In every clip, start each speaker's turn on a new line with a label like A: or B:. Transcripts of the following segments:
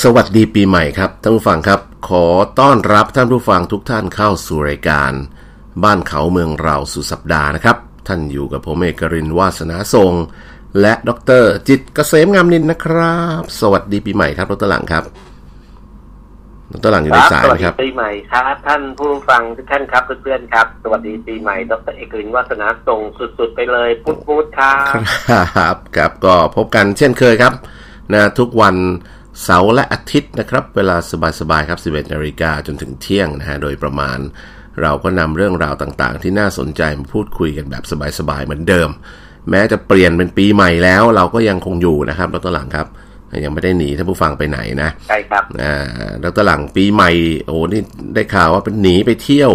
A: สวัสดีปีใหม่ครับท่านผู้ฟังครับ ขอต้อนรับท่านผู้ฟังทุกท่านเข้าสู่รายการ บ้านเขาเมืองเราสุดสัปดาห์นะครับ ท่านอยู่กับผมเอกรินทร์วาสนาทรง และดรจิตรเกษมงามนินทร์นะครับ สวัสดีปีใหม่ครับดรหลังครับดรหลังอยู่ในสาย
B: สวัส
A: นะค
B: ดี
A: รับ
B: ปีใหม่ครับ ท่านผู้ฟังทุกท่านครับเพื่อนๆครับ สวัสดีปีใหม่ดรเอกลินวัฒนาส่งสุดๆไปเลยพุทธพุทธครับ
A: ครับ ครับก็พบกันเช่นเคยครับนะทุกวันเสาร์และอาทิตย์นะครับ เวลาสบายๆครับ 11นาฬิกาจนถึงเที่ยงนะฮะโดยประมาณ เราก็นำเรื่องราวต่างๆ ที่น่าสนใจมาพูดคุยกันแบบสบายๆเหมือนเดิม แม้จะเปลี่ยนเป็นปีใหม่แล้ว เราก็ยังคงอยู่นะครับดรหลังครับ ยังไม่ได้หนีท่านผู้ฟังไปไหนนะ
B: ใช่ครับ
A: อ่าแล้วตอนหลังปีใหม่ โอ้นี่ได้ข่าวว่าเป็นหนีไปเที่ยว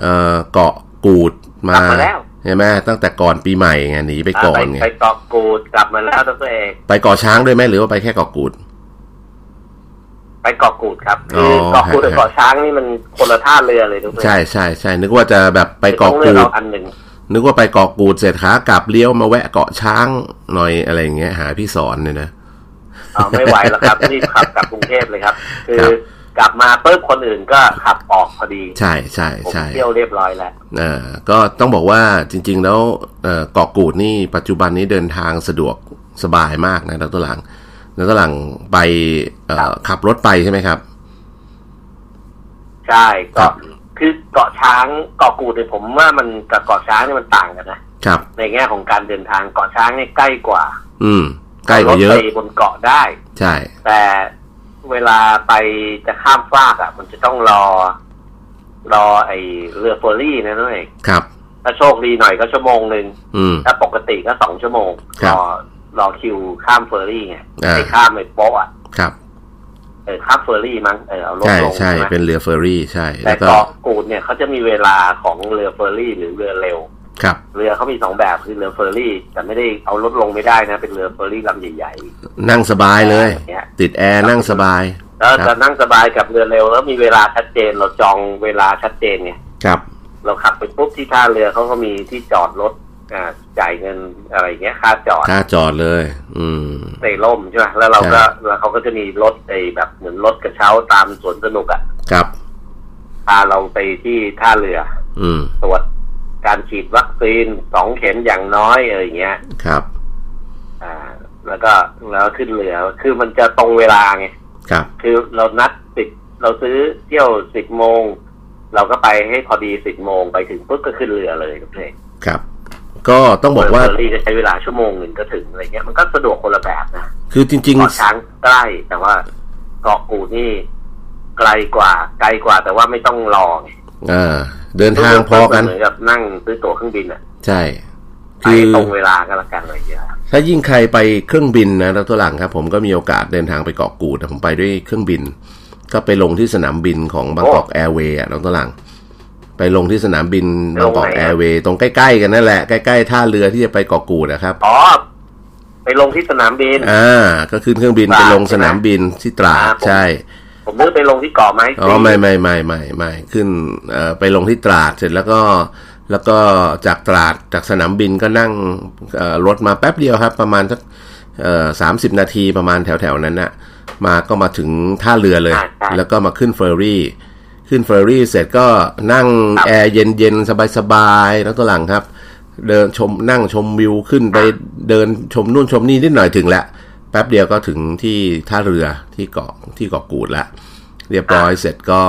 A: เอ่อเกาะกูดมาก
B: ลับมาแล้ว
A: ใช่ไหมตั้งแต่ก่อนปีใหม่ไงหนีไปก่อ
B: ไป
A: นไง
B: ไปตอกกูดกลับมาแล้วดรเอก
A: ไปเกาะช้างด้วยไหมหรือว่าไปแค่เกาะกูด
B: ไปเกาะกูดครับ
A: อ๋อ
B: คือเกาะกูดกับเกาะช้างนี่มันคนละท่าเรือเลยดร
A: ใช่ใช่ใช่นึกว่าจะแบบไป
B: เกาะ
A: เกาะ
B: เรื
A: กู
B: อ
A: ด
B: เราอันหนึ่ง
A: นึกว่าไปเกาะกูดเสร็จขากลับเลี้ยวมาแวะเกาะช้างหน่อยอะไรอย่างเงี้ยหาพี่สอนเนี่ยนะ
B: อ๋อไม่ไหวแล้ว ครับ รีบขับกลับกรุงเทพเลยครับ คื
A: ค
B: อ
A: รับ
B: กลับมาปุ๊บคนอื่นก็ขับออกพอดี
A: ใช่ใช่
B: ผม
A: ใช่
B: เที่ยวเรียบร้อยแล้ว
A: อ่าก็ต้องบอกว่าจริง ๆ แล้วเอ่อเกาะกูดนี่ปัจจุบันนี้เดินทางสะดวกสบายมากนะดรหลังดรหลังไปเอ่อ
B: ครับ
A: ขับรถไปใช่ไหมครับ
B: ใช่
A: ครั
B: เกาะ
A: บ
B: คือเกาะช้างเกาะกูดเนี่ยผมว่ามันกับเกาะช้างเนี่ยมันต่างกันนะ
A: ครับ
B: ในแง่ของการเดินทางเกาะช้างเนี่ยใกล้กว่า
A: อืม ใกล้กว่าเย
B: ร
A: อะ
B: ถไปบนเกาะได้
A: ใช่
B: แต่เวลาไปจะข้ามฟากอะ่ะ มันจะต้องรอ รอไอเรือเฟอร์รี่นะน้องเอก
A: ครับ
B: ถ้าโชคดีหน่อยก็ชั่วโมงหนึ่ง
A: อืม
B: ถ้าปกติก็สองชั่วโมง
A: ครั
B: ร
A: บ
B: อรอคิวข้ามเฟอร์รี่ไง
A: อ่า
B: ไปข้ามไปโป๊ะอะ
A: ครับ
B: เออข้ามเฟอร์รี่มั้งเออเอารถ
A: ใช่
B: ลง
A: ใช่
B: ไหม
A: เป็นเรือเฟอร์รี่ ใช่
B: แต่
A: แล้วก็
B: เกาะกูดเนี่ยเขาจะมีเวลาของเรือเฟอร์รี่ หรือเรือเร็ว
A: ครับ
B: เรือเขามีสองแบบคือเรือเฟอร์รี่ แต่ไม่ได้เอารถลงไม่ได้นะ เป็นเรือเฟอร์รี่ลำใหญ่
A: นั่งสบาย
B: ๆ
A: เลย
B: างเงี้ย
A: ติดแอร์นั่งสบาย
B: แล้ว
A: ครั
B: จะ
A: บ
B: นั่งสบายกับเรือเร็ว แล้วมีเวลาชัดเจนเราจองเวลาชัดเจนเนี่ย
A: ครับ
B: เราขับไปปุ๊บที่ท่าเรือเขาก็มีที่จอดรถอ่าจ่ายเงินอะไรเงี้ยค่าจอด
A: ค่าจอดเลย อืม
B: ในร่มใช่ไหมแล้วเราก็แล้วเขาก็จะมีรถไอ้แบบเหมือนรถกระเช้าตามสวนสนุกอะ
A: ครับ
B: พาเราไปที่ท่าเรือ
A: อืม
B: ตรวจการฉีดวัคซีนสองเข็มอย่างน้อยอะไรเงี้ย
A: ครับ
B: อ่าแล้วก็แล้วขึ้นเรือ คือมันจะตรงเวลาไง
A: ครับ
B: คือเรานัดสิบเราซื้อเที่ยวสิบโมง เราก็ไปให้พอดีสิบโมงไปถึงปุ๊บก็ขึ้นเรือเลยทุกเพลง
A: ครับ ก็ต้องบอกว่า
B: เฟอร์รี่ก็ใช้เวลาชั่วโมงหนึ่งก็ถึงอะไรเงี้ย มันก็สะดวกคนละแบบนะ
A: คือจริง
B: เกาะช้างใกล้แต่ว่าเกาะกูดนี่ไกลกว่า ไกลกว่าแต่ว่าไม่ต้องรอไง
A: ๆ อ่า เดินทางพอกัน
B: เหมือนกับนั่งซื้อตั๋วเครื่องบินอ่ะ
A: ใช่
B: ไป
A: คือ
B: ตรงเวลาก็แล้วกันอะไรเงี้ย
A: ถ้ายิ่งใครไปเครื่องบินนะแล้วตัวหลังครับ ผมก็มีโอกาสเดินทางไปเกาะกูดนะผมไปด้วยเครื่องบิน ก็ไปลงที่สนามบินของบางกอกแอร์เวย์อ่ะน้องตัวหลัง ไปลงที่สนามบินบางกอก
B: ลงไหน
A: แอ
B: อ่ะ
A: ร์เวย์ตรงใกล้ๆกันนั่นแหละ ใกล้ๆท่าเรือที่จะไปเกาะกูดนะครับ
B: อ๋อไปลงที่สนามบิน
A: อ่า ก็ขึ้นเครื่องบิน
B: ตราด
A: ไปลงสนามบินที่ตราด
B: ครับผม
A: ใช่
B: ผมนึกไปลงที่เกาะไม้
A: อ๋
B: สี
A: อไม่ไม่ไม่ไม่ไม่ขึ้นเอ่อไปลงที่ตราดเสร็จแล้วก็แล้วก็จากตราดจากสนามบินก็นั่งเอ่อรถมาแป๊บเดียวครับ ประมาณสักสามสิบนาทีประมาณแถวแถวๆนั้นน่ะมาก็มาถึงท่าเรือเลย
B: อ่าใช่
A: แล้วก็มาขึ้นเฟอร์รี่ ขึ้นเฟอร์รี่เสร็จก็นั่ง
B: ครับ
A: แอร์เย็นเย็นสบายสบายๆแล้วตัวหลังครับ เดินชมนั่งชมวิวขึ้นไปเดินชมนู่นชมนี่นิดหน่อยถึงแล้วแป๊บเดียวก็ถึงที่ท่าเรือที่เกาะที่เกาะกูดละ เรียบร้อยเสร็จก็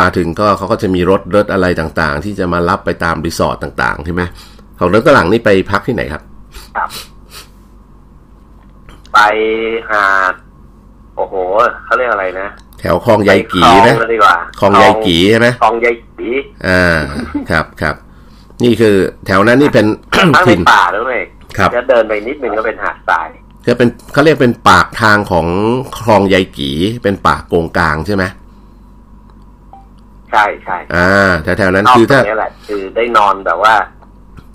A: มาถึงก็เขาก็จะมีรถรถอะไรต่างๆ ที่จะมารับไปตามรีสอร์ทต่างๆใช่ไหมของรถตลังนี่ไปพักที่ไหนครับ
B: ไปหาดโอ้โหเขาเรียกอะไรนะ
A: แถวคลองยายกี
B: ไป
A: นะ
B: คลองเลยดีกว่า
A: คลองยายกีใช่ไหม
B: คลองยายกี
A: อ่าครับครับนี่คือแถวนั้นนี่เป็น
B: ตั้งใน
A: ถิ่น
B: ป่าแล้วเอง
A: ครับ
B: จะเดินไปนิดนึงก็เป็นหาดทราย
A: ก็เป็นเขาเรียกเป็นปากทางของคลองยายกีเป็นป่าโกงกลางใช่ไหม
B: ใช่ใช่
A: อ่าแถวๆนั้น
B: นอก
A: คือ
B: จา
A: ถ้า
B: กนี้แหละ คือได้นอนแบบว่า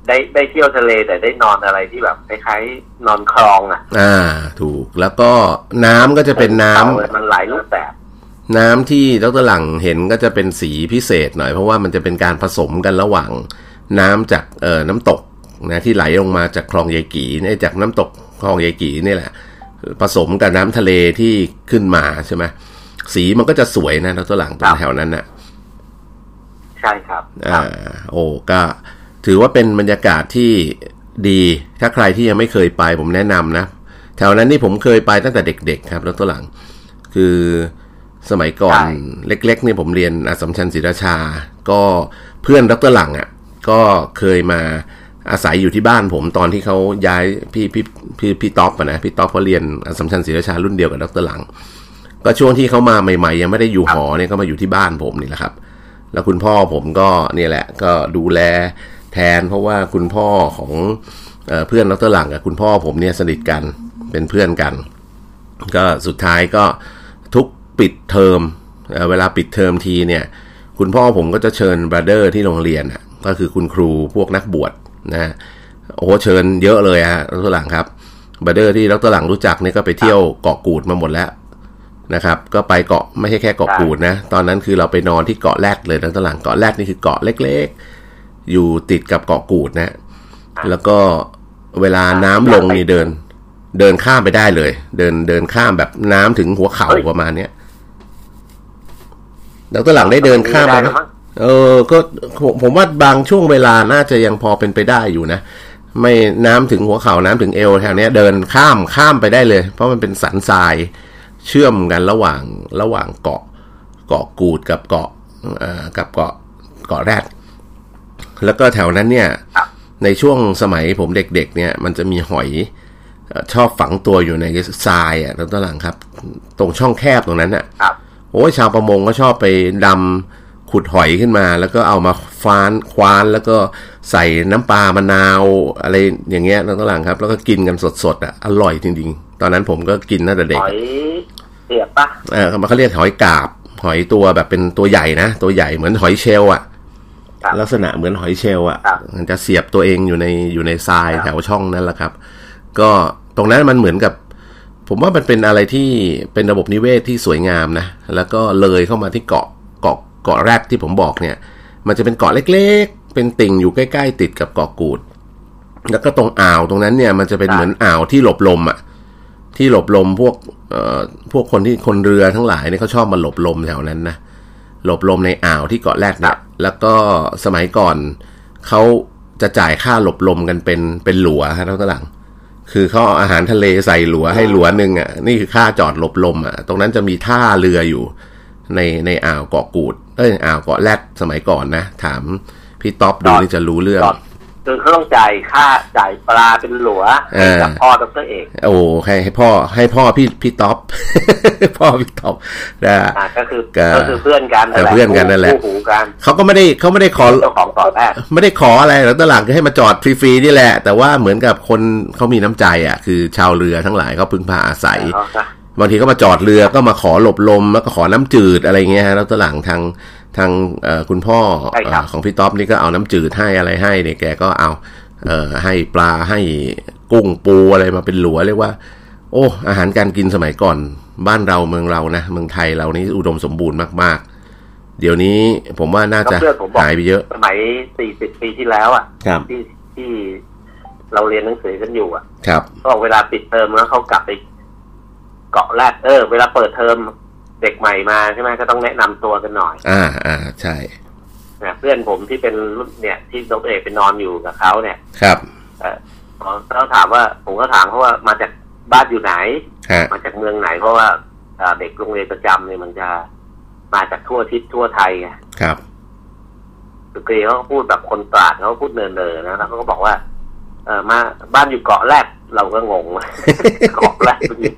B: ได้ได้เที่ยวทะเลแต่ได้นอนอะไรที่แบบคล้ายๆนอนคลองอ่ะ
A: อ่าถูกแล้วก็น้ำก็จะเป็นน้ำ
B: อามันหลายรูปแบบ
A: น้ำที่ดรหลังเห็นก็จะเป็นสีพิเศษหน่อยเพราะว่ามันจะเป็นการผสมกันระหว่างน้ำจากเอ่อน้ำตกนะที่ไหลลงมาจากคลองยายกีเนี่ยจากน้ำตกคลองยายกีนี่แหละ ผสมกับน้ำทะเลที่ขึ้นมาใช่ไหมสีมันก็จะสวยนะตัวหลังตร
B: ครั
A: ง
B: บ
A: แถวนั้นน่ะ
B: ใช่ครับค
A: อ่า
B: รับ
A: โอ้ก็ถือว่าเป็นบรรยากาศที่ดีถ้าใครที่ยังไม่เคยไปผมแนะนำนะ แถวนั้นนี่ผมเคยไปตั้งแต่เด็กๆครับแล้วตัวหลัง คือสมัยก่อน
B: ใช่
A: เล็กๆเนี่ยผมเรียนอาสมชัญศรีราชา ก็เพื่อนดรหลังอะ่ะก็เคยมาอาศัยอยู่ที่บ้านผมตอนที่เขาย้ายพี่พี่พี่พี่ท็อปอะนะพี่ท็อปเขาเรียนอาสมชัญศรีราชารุ่นเดียวกับดรหลัง ก็ช่วงที่เขามาใหม่ๆ ยังไม่ได้อยู่หอเนี่ยก็มาอยู่ที่บ้านผมนี่แหละครับ แล้วคุณพ่อผมก็เนี่ยแหละ ก็ดูแลแทนเพราะว่าคุณพ่อของเออเพื่อนดรหลังกับคุณพ่อผมเนี่ยสนิทกันเป็นเพื่อนกัน ก็สุดท้ายก็ทุกปิดเทอมเอ่อเวลาปิดเทอมทีเนี่ย คุณพ่อผมก็จะเชิญบราเดอร์ที่โรงเรียนอ่ะก็คือคุณครูพวกนักบวชนะฮะโอ้โหเชิญเยอะเลยฮะดรหลังครับบราเดอร์ที่ดรหลังรู้จักเนี่ยก็ไปเที่ยวเกาะกูดมาหมดแล้วนะครับ ก็ไปเกาะไม่ใช่แค่เกาะกูดนะ ตอนนั้นคือเราไปนอนที่เกาะแรดเลยดรหลังเกาะแรดนี่คือเกาะเล็กๆ อยู่ติดกับเกาะกูดนะ แล้วก็เวลาน้ำลงนี่เดิน เดินข้ามไปได้เลย เดินเดินข้ามแบบน้ำถึงหัวเข่า
B: เฮ้ย
A: ประมาณเนี้ยดรหลังได้เดินข้ามไปไหม
B: ด้แล้วง
A: เออ ก็ผมผมว่าบางช่วงเวลาน่าจะยังพอเป็นไปได้อยู่นะ ไม่น้ำถึงหัวเข่าน้ำถึงเอวแถวเนี้ยเดินข้ามข้ามไปได้เลย เพราะมันเป็นสันทรายเชื่อมกันระหว่างระหว่างเกาะ เกาะกูดกับเกาะเอ่อกับเกาะเกาะแรดแล้วก็แถวนั้นเนี่ย ในช่วงสมัยผมเด็กๆ เนี่ย มันจะมีหอยเอ่อชอบฝังตัวอยู่ในทรายอ่ะแล้วตอนหลังครับ ตรงช่องแคบตรงนั้นอ่ะ
B: ครับ
A: โอ้ยชาวประมงก็ชอบไปดำขุดหอยขึ้นมา แล้วก็เอามาฟ้านควานแล้วก็ใส่น้ำปลามะนาวอะไรอย่างเงี้ยนั่นก็หลังครับ แล้วก็กินกันสดๆอ่ะอร่อยจริงๆ ตอนนั้นผมก็กินตั้งแต่เด็
B: ห
A: ก
B: อยเสียบปะ
A: เออเขาเรียกหอยกาบ หอยตัวแบบเป็นตัวใหญ่นะ ตัวใหญ่เหมือนหอยเชลล์อ่ะ
B: ครับ
A: ลักษณะเหมือนหอยเชลล์อ่ะ
B: ครับ
A: มันจะเสียบตัวเองอยู่ในอยู่ในทราย
B: ครับ
A: แถวช่องนั้นแหละครับ ก็ตรงนั้นมันเหมือนกับ ผมว่ามันเป็นอะไรที่เป็นระบบนิเวศที่สวยงามนะ แล้วก็เลยเข้ามาที่เกาะเกาะเกาะแรกที่ผมบอกเนี่ย มันจะเป็นเกาะเล็กๆ เป็นติ่งอยู่ใกล้ ๆ ติดกับเกาะกูด แล้วก็ตรงอ่าวตรงนั้นเนี่ยมันจะเป็น
B: ครับ
A: เหมือนอ่าวที่หลบลมอ่ะ ที่หลบลมพวกเอ่อพวกคนที่คนเรือทั้งหลายเนี่ยเขาชอบมาหลบลมแถวนั้นนะ หลบลมในอ่าวที่เกาะแรกเนี่ยแล้วก็สมัยก่อนเขาจะจ่ายค่าหลบลมกันเป็นเป็นหลัวฮะท่านผู้หลัง คือเขาเอาอาหารทะเลใส่หลัวให้หลัวหนึ่งอ่ะนี่คือค่าจอดหลบลมอ่ะตรงนั้นจะมีท่าเรืออยู่ ในในอ่าวเกาะกูดเอ้ยอ่าวเกาะแรดสมัยก่อนนะ ถามพี่ต๊อปดูนี่จะรู้เรื่อง
B: จอดคือเขาต้องจ่ายค่าจ่ายปลาเป็นหลัว
A: เออ
B: ให้กับพ่อดรเอก
A: โอ้ให้ให้พ่อให้พ่อพี่พี่ต๊อป พ่อพี่ต๊อปนะ
B: อ่ะก็คือ
A: ก็
B: ก็คือเพื่อนกัน
A: แต่เพื่อนกันนั่นแหละ
B: คู่หูกัน
A: เขาก็ไม่ได้เขาไม่ได้ขอ
B: เจ้าของต่อแพทย์
A: ไม่ได้ขออะไรแล้วตอนหลังก็ให้มาจอดฟรีๆนี่แหละ แต่ว่าเหมือนกับคนเขามีน้ำใจอ่ะ คือชาวเรือทั้งหลายเขาพึ่งพาอาศัย
B: เอาซะ
A: บางทีก็มาจอดเรือก็มาขอหลบลมแล้วก็ขอน้ำจืดอะไรเงี้ยฮะแล้วตอนหลังทางทางเอ่อคุณพ่อเอ่อของพี่ต๊อบนี่ก็เอาน้ำจืดให้อะไรให้เนี่ยแกก็เอาเอ่อให้ปลาให้กุ้งปูอะไรมาเป็นหลัวเรียกว่า โอ้อาหารการกินสมัยก่อนบ้านเราเมืองเรานะเมืองไทยเรานี่อุดมสมบูรณ์มากๆ เดี๋ยวนี้ผมว่าน่าจะหายไปเยอะ
B: สมัย 40 ปีที่แล้วอ่ะ
A: ครับ
B: ที่ที่เราเรียนหนังสือกันอยู่อ่ะ
A: ครับ
B: ก็เวลาปิดเทอมแล้วเขากลับไปเกาะแรกเออ เวลาเปิดเทอมเด็กใหม่มาใช่ไหมก็ต้องแนะนำตัวกันหน่อย
A: อ่าอ่าใช่
B: นะเพื่อนผมที่เป็นรุ่นเนี่ย ที่ดรเอกไปนอนอยู่กับเขาเนี่ย
A: ครับ
B: เออเขาถามว่าผมก็ถามเขาว่ามาจากบ้านอยู่ไหน
A: ฮะ
B: มาจากเมืองไหน เพราะว่าเอ่อเด็กโรงเรียนประจำเนี่ยมันจะมาจากทั่วทิศทั่วไทยไง
A: ครับ
B: สุกรีเขาก็พูดแบบคนตราดเขาก็พูดเนินๆนะแล้วเขาก็บอกว่า เออมาบ้านอยู่เกาะแรกเราก็งงว่า เกาะแรกมันอยู่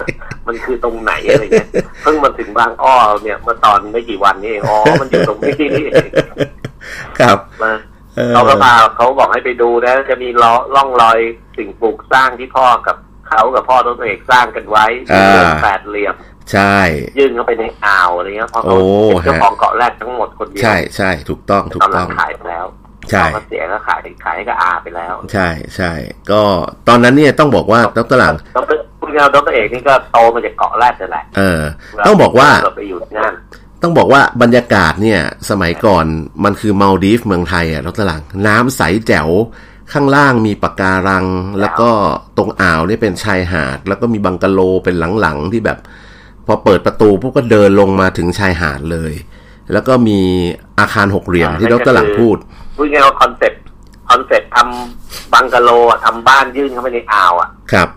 B: มันคือตรงไหนอะไรเงี้ยเพิ่งมาถึงบางอ้อเนี่ยเมื่อตอนไม่กี่วันนี้เองอ๋อมันอยู่ตรงนี้ นี่เอง
A: ครับ
B: มา
A: ออ
B: เขาก็มาเขาบอกให้ไปดูนะจะมีล้อร่องรอยสิ่งปลูกสร้างที่พ่อกับเขากับพ่อตัวเองสร้างกันไว้เป็นเหลี่ยมแปดเหลี่ยม
A: ใช่
B: ยื่นเข้าไปในอ่าวอะไรเงี้ยเพราะเขา
A: โอ้
B: เป็นเจ้า
A: ฮะ
B: ของเกาะแรกทั้งหมดคนเดียว
A: ใช่ใช่ถูกต้องถู
B: ต
A: ก
B: อนห
A: ต้
B: ลั
A: อง ง
B: ขายไปแล้ว
A: ใช่
B: เอามาเสียก็ขายขายให้กับอาไปแล้ว
A: ใช่ใช่ก็ตอนนั้นเนี่ยต้องบอกว่าดรหลัง
B: ดรคุณเงาดรเอกนี่ก็โตมาจากเกาะแรกนั่นแหละ
A: เออ ต้องบอกว่า
B: เรไปอยู่ที่นั่น
A: ต้องบอกว่าบรรยากาศเนี่ย สมัยก่อนมันคือมาลดีฟเมืองไทยอ่ะดรหลัง น้ำใสแจ๋ว ข้างล่างมีปะการัง แล้วก็ตรงอ่าวนี่เป็นชายหาด แล้วก็มีบังกะโลเป็นหลังๆที่แบบ พอเปิดประตูปุ๊บก็เดินลงมาถึงชายหาดเลย แล้วก็มีอาคารหกเหลี่ยมที่ดรหลังพูด
B: พูดง่ายๆว่าคอนเซ็ปต์คอนเซ็ปต์ทำบังกะโลอะทำบ้านยื่นเข้าไปในอ่าวอ่ะ
A: ครับ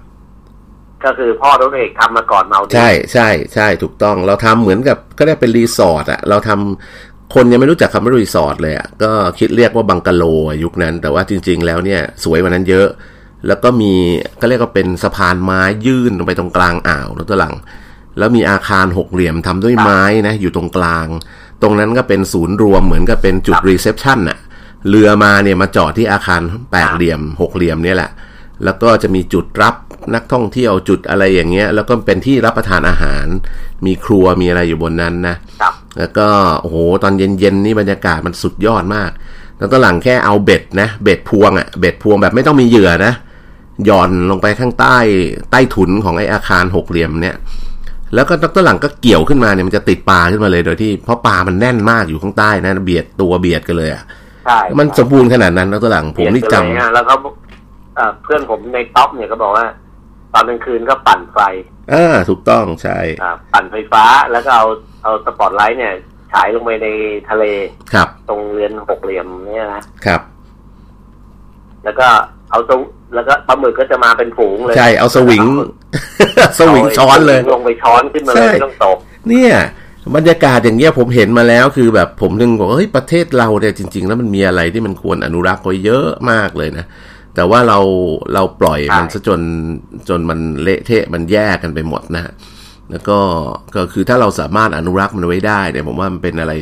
B: ก็คือพ่อตัวเอกทำมาก่อนเมาดี
A: ใช่ใช่ใช่ถูกต้องเราทำเหมือนกับก็ได้เป็นรีสอร์ทอะเราทำคนยังไม่รู้จักคำว่ารีสอร์ทเลยอะก็คิดเรียกว่าบังกะโลอะยุคนั้น แต่ว่าจริง ๆ แล้วเนี่ยสวยกว่านั้นเยอะ แล้วก็มีก็เรียกว่าเป็นสะพานไม้ยื่นลงไปตรงกลางอ่าวนะตัวหลัง แล้วมีอาคารหกเหลี่ยมทำด้วยไม้นะอยู่ตรงกลาง ตรงนั้นก็เป็นศูนย์รวมเหมือนกับเป็นจุดรีเซพชันอะเรือมาเนี่ยมาจอดที่อาคารแปดเหลี่ยมหกเหลี่ยมเนี่ยแหละ แล้วก็จะมีจุดรับนักท่องเที่ยวจุดอะไรอย่างเงี้ย แล้วก็เป็นที่รับประทานอาหาร มีครัวมีอะไรอยู่บนนั้นนะ
B: ครับ
A: แล้วก็โอ้โหตอนเย็นๆนี่บรรยากาศมันสุดยอดมากแล้วตอนหลังแค่เอาเบ็ดนะ เบ็ดพวงอะ่ะเบ็ดพวงแบบไม่ต้องมีเหยื่อนะหย่อนลงไปข้างใต้ใต้ถุนของไออาคารหกเหลี่ยมเนี่ย แล้วก็ตอนหลังก็เกี่ยวขึ้นมาเนี่ยมันจะติดปลาขึ้นมาเลยโดยที่เพราะปลามันแน่นมากอยู่ข้างใต้นะเบียดตัวเบียดกันเลยอะ่ะ
B: ใช่
A: มันสมบูรณ์ขนาดนั้นแล้วตอนหลังผมนี่จำ
B: เปลี่ยไปเลยอะแล้วก็เอ่อเพื่อนผมในท็อปเนี่ยก็บอกว่า ตอนกลางคืนก็ปั่นไฟ
A: อ่าถูกต้องใช่
B: อ่าปั่นไฟฟ้าแล้วก็เอาเอาสปอตไลท์เนี่ย ฉายลงไปในทะเล
A: ครับ
B: ตรงเรือนหกเหลี่ยมเนี่ยนะครับ แล้วก็เอาตรงแล้วก็ปลาหมึกก็จะมาเป็นฝูงเลย
A: ใช่เอาสวิง สวิงช้อนเลย
B: าสวิงลงไปช้อนขึ้นมาเลย
A: ใช่
B: ไม่ต้องตก
A: เนี่ยบรรยากาศอย่างเงี้ยผมเห็นมาแล้วคือแบบผมนึงบอกเฮ้ยประเทศเราเนี่ยจริง ๆ แล้วมันมีอะไรที่มันควรอนุรักษ์ไว้เยอะมากเลยนะ แต่ว่าเราเราปล่อยมัน
B: ใช่
A: ซะจนจนมันเละเทะมันแย่กันไปหมดนะฮะแล้วก็ก็คือถ้าเราสามารถอนุรักษ์มันไว้ได้เนี่ยผมว่ามันเป็นอะไร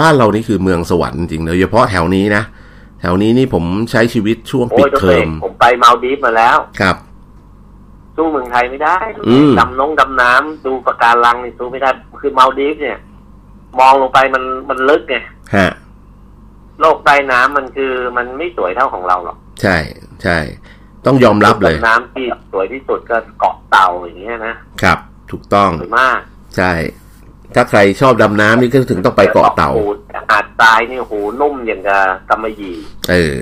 A: บ้านเรานี่คือเมืองสวรรค์จริงๆโดยเฉพาะแถวนี้นะแถวนี้นี่ผมใช้ชีวิตช่วง
B: โอ้
A: ปิ
B: ย
A: ด
B: ตัว
A: เทอ
B: เอง
A: ม
B: ผมไปมาลดีฟส์มาแล้ว
A: ครับ
B: สู้เมืองไทยไม่ได้
A: อืม
B: ดำน้องดำน้ำดูปะการังนี่สู้ไม่ได้ คือมาลดีฟส์เนี่ย มองลงไปมันมันลึกไง
A: ฮะ
B: โลกใต้น้ำมันคือมันไม่สวยเท่าของเราหรอก
A: ใช่ใช่ต้องยอมรับเลย
B: ดำน้ำที่สวยที่สุดก็เกาะเต่าอย่างเงี้ยนะครับ
A: ถูกต้อง
B: สวยมาก
A: ใช่ ถ้าใครชอบดำน้ำนี่ก็ถึงต้องไปเกาะเต่า
B: หูหาดทรายนี่หูนุ่มอย่างกับกำมะหยี่
A: เออ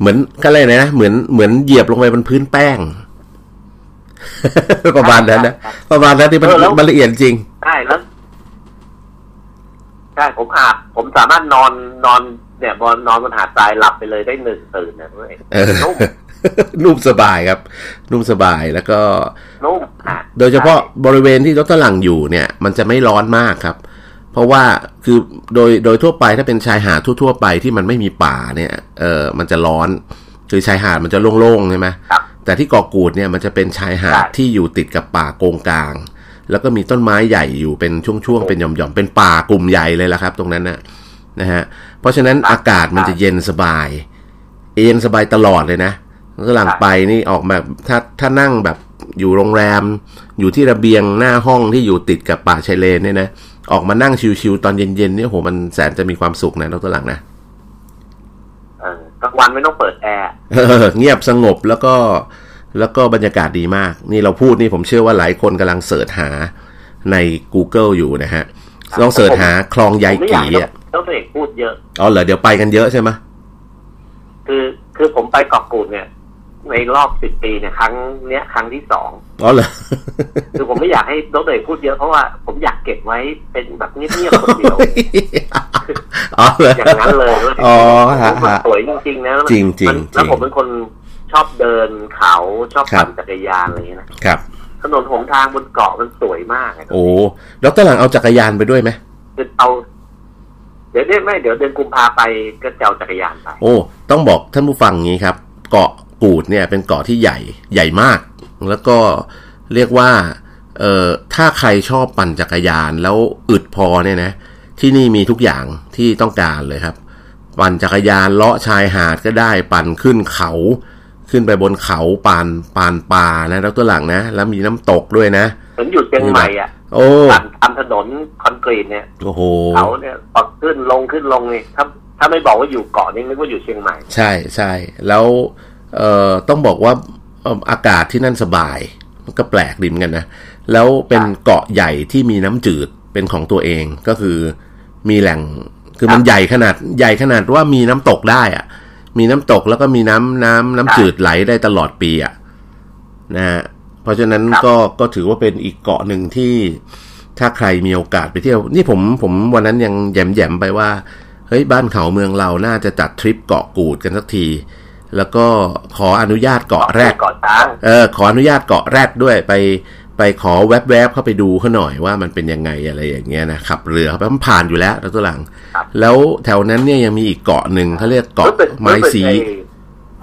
A: เหมือนก็เลยนะ เหมือนเหมือนเหยียบลงไปบนพื้นแป้ง ประมาณนั้นนะประมาณนั้นที่มันมันละเอียดจริง
B: ใช่แล้วใช่ผมอาบผมสามารถนอนนอน เนี่ยบนนอนบนหาดทรายหลับไปเลยได้หนึ่งตื่นนะเว้ย
A: เออ
B: นุ่ม
A: นุ่มสบายครับ นุ่มสบายแล้วก็
B: นุ่มอ่ะ
A: โดยเฉพาะบริเวณที่รถตลังอยู่เนี่ย มันจะไม่ร้อนมากครับ เพราะว่าคือโดยโดยทั่วไปถ้าเป็นชายหาดทั่วๆไปที่มันไม่มีป่าเนี่ยเออมันจะร้อน คือชายหาดมันจะโล่งๆใช่ไหม
B: ครับ
A: แต่ที่เกาะกูดเนี่ยมันจะเป็นชายหาด
B: ใช่
A: ที่อยู่ติดกับป่าโกงกลาง แล้วก็มีต้นไม้ใหญ่อยู่เป็นช่วงๆเป็นหย่อมๆเป็นป่ากลุ่มใหญ่เลยละครับ ตรงนั้นนะนะฮะเพราะฉะนั้นอากาศมันจะเย็นสบาย เอนสบายตลอดเลยนะแล้วก็หลังไปนี่ออกมาถ้าถ้านั่งแบบอยู่โรงแรม อยู่ที่ระเบียงหน้าห้องที่อยู่ติดกับป่าชายเลนเนี่ยนะออกมานั่งชิวๆตอนเย็นๆเนี่ยโหมันแสนจะมีความสุขนะดรหลังนะ
B: เออกลางวันไม่ต้องเปิดแอร์
A: เออ เงียบสงบแล้วก็แล้วก็บรรยากาศดีมาก นี่เราพูดนี่ผมเชื่อว่าหลายคนกำลังเสิร์ชหาใน Google อยู่นะฮะลองเสิร์ชหาคลองยาย
B: ผมไม่อยา
A: กี่
B: กให้
A: อ่ะ
B: ต้องเอกพูดเยอะ
A: อ๋อเหรอเดี๋ยวไปกันเยอะใช่ไหม
B: คือ คือผมไปเกาะกูดเนี่ย ในรอบสิบปีเนี่ยครั้งเนี้ยครั้งที่สอง
A: อ๋อเหรอ
B: คือผมไม่อยากให้ต้องเอกพูดเยอะเพราะว่าผมอยากเก็บไว้เป็นแบบเงียบๆคนเดี ยว
A: อ๋อเหรอ
B: อย่างนั้นเลย
A: อ๋อฮะ
B: มันสวยจริงๆนะแล้วมัน
A: จริงๆจริง
B: มันแล้วผมเป็นคนชอบเดินเขาชอบปั่นจักรยานอะไรอย่างเงี้ยนะครับ ถนนหนทางบนเกาะมันสวยมากอะ
A: โอ้ดรหลังเอาจักรยานไปด้วยไหม
B: คือเอา เดี๋ยวเนี่ยไม่เดี๋ยวเดือนกุมภาไปก็จะเอาจักรยานไป
A: โอ้ ต้องบอกท่านผู้ฟังงี้ครับ เกาะกูดเนี่ยเป็นเกาะที่ใหญ่ใหญ่มาก แล้วก็เรียกว่าเอ่อถ้าใครชอบปั่นจักรยานแล้วอึดพอเนี่ยนะ ที่นี่มีทุกอย่างที่ต้องการเลยครับ ปั่นจักรยานเลาะชายหาดก็ได้ปั่นขึ้นเขา ขึ้นไปบนเขาปั่นปั่นป่านะแล้วตัวหลังนะ แล้วมีน้ำตกด้วยนะ
B: เหมือนอยู่เชียงใหม่อ่ะ
A: โอ้
B: ผ่านตามถนนคอนกรีตเนี่ย
A: โอ้โห
B: เขาเนี่ยปักขึ้นลงขึ้นลงนี่ถ้าถ้าไม่บอกว่าอยู่เกาะนี่นึกว่าอยู่เชียงใหม่
A: ใช่ใช่แล้วเอ่อต้องบอกว่าเอิ่มอากาศที่นั่นสบายมันก็แปลกดิมอนกันนะ แล้วเป็นเกาะใหญ่ที่มีน้ำจืดเป็นของตัวเองก็คือมีแหล่งคือมันใหญ่ขนาดใหญ่ขนาดว่ามีน้ำตกได้อะ มีน้ำตกแล้วก็มีน้ำน้ำน้ำจืดไหลได้ตลอดปีอ่ะนะฮะเพราะฉะนั้น
B: ครับ
A: ก็ก็ถือว่าเป็นอีกเกาะหนึ่งที่ถ้าใครมีโอกาสไปเที่ยว นี่ผมผมวันนั้นยังแหยมๆไปว่า เฮ้ยบ้านเขาเมืองเราน่าจะจัดทริปเกาะกูดกันสักที แล้วก็ขออนุญาตเกาะแรก
B: เกาะช้าง
A: เออขออนุญาตเกาะแรดด้วยไปไปขอแวบๆเข้าไปดูเขาหน่อยว่ามันเป็นยังไงอะไรอย่างเงี้ยนะขับเรือเข้าไปมันผ่านอยู่แล้วแล้วตัวหลัง แล้วแถวนั้นเนี่ยยังมีอีกเกาะหนึ่งเขาเรียกเกาะ
B: รู้สึก
A: ไม้
B: รู้สึก
A: สี
B: ไอ้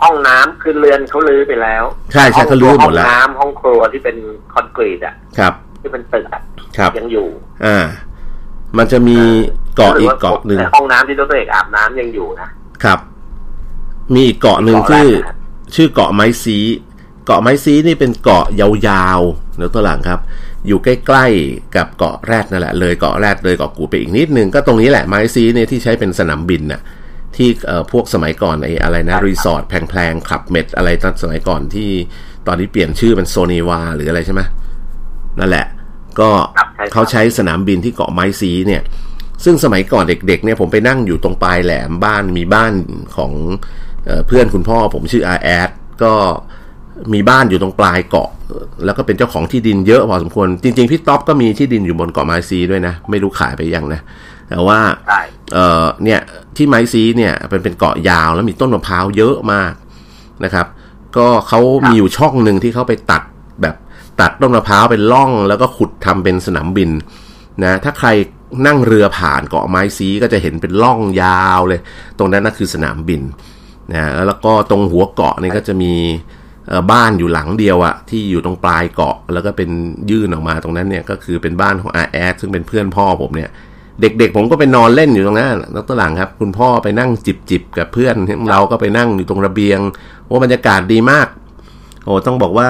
B: ห้องน้ำคือเรือนเขาลื้อไปแล้ว
A: ใช่ใช่เขาลื้อหมดแล้ว
B: ห้องน้ำห้องครัวที่เป็นคอนกรีตอ่ะ
A: ครับ
B: ที่เป็นตึกอะ
A: ครับ
B: ยังอยู่
A: อ่า มันจะมีเกาะอีกเกาะหนึ่ง
B: แต่ห้องน้ำที่ดรเอกอาบน้ำยังอยู่นะครับ
A: มีอีกเกาะหนึ่งชื่อ
B: เกาะแรกนะครับ
A: ชื่อเกาะไม้ซีเกาะไม้ซีนี่เป็นเกาะยาวๆเดี๋ยวตัวหลังครับ อยู่ใกล้ๆกับเกาะแรดนั่นแหละ เลยเกาะแรดเลยเกาะกูดไปอีกนิดนึงก็ตรงนี้แหละไม้ซีเนี่ยที่ใช้เป็นสนามบินน่ะ ที่เอ่อพวกสมัยก่อนไอ้อะไรนะ รีสอร์ทแพลงๆคลับเม็ดอะไรตอนสมัยก่อนที่ตอนนี้เปลี่ยนชื่อเป็นโซนีวาหรืออะไรใช่ไหมนั่นแหละ ก็
B: ครับใช่ครับ
A: เขาใช้สนามบินที่เกาะไม้ซีเนี่ย ซึ่งสมัยก่อนเด็กๆเนี่ยผมไปนั่งอยู่ตรงปลายแหลมบ้านมีบ้านของเอ่อเพื่อนคุณพ่อผมชื่ออาแอดก็มีบ้านอยู่ตรงปลายเกาะ แล้วก็เป็นเจ้าของที่ดินเยอะพอสมควร จริงๆพี่ท็อปก็มีที่ดินอยู่บนเกาะไม้ซีด้วยนะ ไม่รู้ขายไปยังนะ แต่ว่า
B: ใช่
A: เอ่อเนี่ยที่ไม้ซีเนี่ยเป็นเป็นเกาะยาวแล้วมีต้นมะพร้าวเยอะมากนะครับ ก็เขามีอยู่ช่องหนึ่งที่เขาไปตัดแบบตัดต้นมะพร้าวเป็นร่องแล้วก็ขุดทำเป็นสนามบินนะถ้าใครนั่งเรือผ่านเกาะไม้ซีก็จะเห็นเป็นร่องยาวเลย ตรงนั้นน่ะคือสนามบินนะแล้วก็ตรงหัวเกาะนี่ก็จะมีเอ่อบ้านอยู่หลังเดียวอะที่อยู่ตรงปลายเกาะแล้วก็เป็นยื่นออกมาตรงนั้นเนี่ยก็คือเป็นบ้านของอาแอดซึ่งเป็นเพื่อนพ่อผมเนี่ย เด็กๆ ผมก็ไปนอนเล่นอยู่ตรงนั้นแล้วตัวหลังครับ คุณพ่อไปนั่งจิบจิบๆกับเพื่อน เราก็ไปนั่งอยู่ตรงระเบียงโอ้บรรยากาศดีมาก โอ้ต้องบอกว่า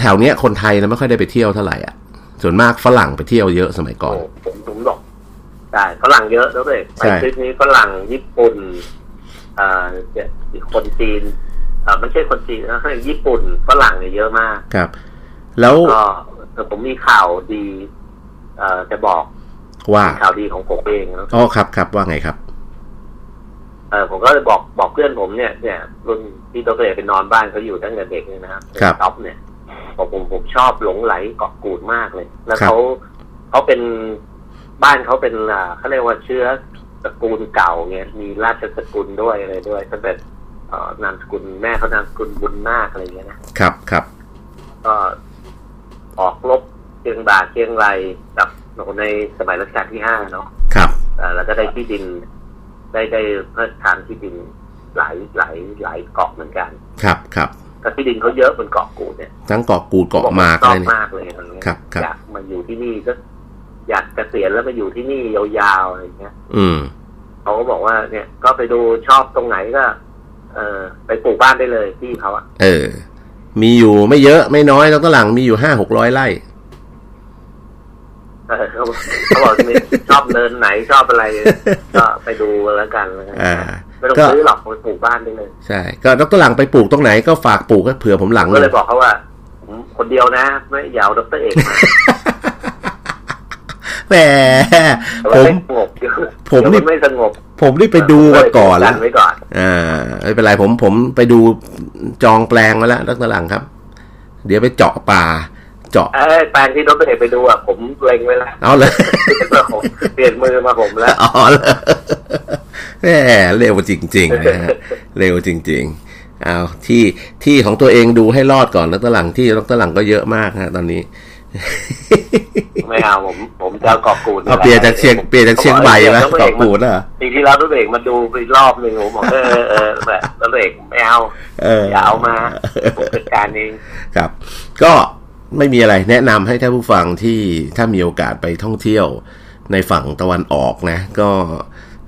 A: แถวๆเนี้ยคนไทยนะไม่ค่อยได้ไปเที่ยวเท่าไหร่อ่ะ ส่วนมากฝรั่งไปเที่ยวเยอะสมัยก่อน
B: โอ้ผมผมบอกใช่ฝรั่งเยอะดรเอกไป
A: ใช่
B: ทริปนี้ฝรั่งญี่ปุ่นเอ่อคนจีนเอ่อไม่ใช่คนจีนนะญี่ปุ่นฝรั่งเนี่ยเยอะมาก
A: ครับ แล้ว
B: ก็เอ่อผมมีข่าวดีเอ่อจะบอก
A: ว่า
B: ข่าวดีของผมเองนะ
A: อ๋อครับครับว่าไงครับ
B: เออผมก็เลยบอกบอกเพื่อนผมเนี่ยเนี่ยรุ่นที่ดรเอกไปนอนบ้านเขาอยู่ตั้งแต่เด็กเนี่ยนะครับ
A: ครับ
B: ท็อปเนี่ยบอกผมผมชอบหลงไหลเกาะกูดมากเลย แล้วเขาเขาเป็นบ้านเขาเป็นอ่าเขาเรียกว่าเชื้อตระกูลเก่าเงี้ยมีราชสกุลด้วยอะไรด้วยตั้งแต่เอ่อนามสกุลแม่เขานามสกุลบุญนาคอะไรอย่างเงี้ยนะ
A: ครับครับ
B: ก็ออกรบเชียงบาเชียงไรายกับในสมัยรัชกาลที่ห้าเนาะ
A: ครับ
B: เอ่อแล้วก็ได้ที่ดิน ได้ได้พระราชทานที่ดินหลายหลายหลายเกาะเหมือนกัน
A: ครับครับ
B: ก็ที่ดินเขาเยอะบนเกาะกูดเนี่ย
A: ทั้งเกาะกูดเกาะหมาก
B: ช
A: อะ
B: อ
A: ไรเนี่
B: บ
A: ย
B: มากเลยอะไรเงี้ย
A: ครับครับ
B: อยากมาอยู่ที่นี่ก็อยากเกษียณแล้วมาอยู่ที่นี่ยาวๆอะไรเงี้ย
A: อืม
B: เขาก็บอกว่าเนี่ยก็ไปดูชอบตรงไหนก็ เออไปปลูกบ้านได้เลยที่เขาอะ
A: เออ มีอยู่ไม่เยอะไม่น้อยแล้วตัวหลังมีอยู่ห้าหกร้อยไร่
B: เออเขาเขาบอกนี่ชอบเนินไหนชอบอะไร ก็ไปดูแล้วกันแล้วกัน
A: อ่า
B: ไม่ต้อง
A: ก็
B: ซื้อหรอกไปปลูกบ้านได้เลย
A: ใช่ ก็ดรหลังไปปลูกตรงไหนก็ฝากปลูกก็เผื่อผมหลัง
B: ก็
A: ห
B: เล
A: นึ่
B: ย
A: ง
B: บอกเขาว่าผมคนเดียวนะ ไม่อยาวดรเอกมา
A: แหมผ
B: แต่ว่าม ไม่สงบเดี๋ยว
A: ผมนี่
B: เดี๋ยวไม่สงบ
A: ผมได้ไปดูมาก่อนแล้ว
B: ไว้ก่อน
A: อ่าไม่เป็นไรผมผมไปดูจองแปลงมาแล้วรักตลังครับ เดี๋ยวไปเจาะป่า เจาะ
B: เอ้ยแปลงที่ดรเอกไปดูอ่ะผมเล็งไว้แล้ว
A: เอาเลย
B: ผมเปลี่ยนมือมาผมแล้ว
A: อ๋อเลย แหมเร็วจริงๆนะฮะเร็วจริงๆเอาที่ที่ของตัวเองดูให้รอดก่อนรักตลังที่รักตลังก็เยอะมากฮะตอนนี้
B: ไม่เอาผมผมจะเอากอบกูด
A: เอาเปลี่ยนจากเชียงเปลี่ยนจากเชียงใหม่มาเกาะกูดแล้วเหรอ
B: ปีที่แล้วดรเอกมาดูไปรอบหนึ่งผมบอกเอ อเออแบบดรเอกไม่เอา
A: เออ
B: อ
A: อ
B: ย่าเอามาผมจัดการเอง
A: ครับก็ไม่มีอะไรแนะนำให้ท่านผู้ฟังที่ถ้ามีโอกาสไปท่องเที่ยวในฝั่งตะวันออกนะ ก็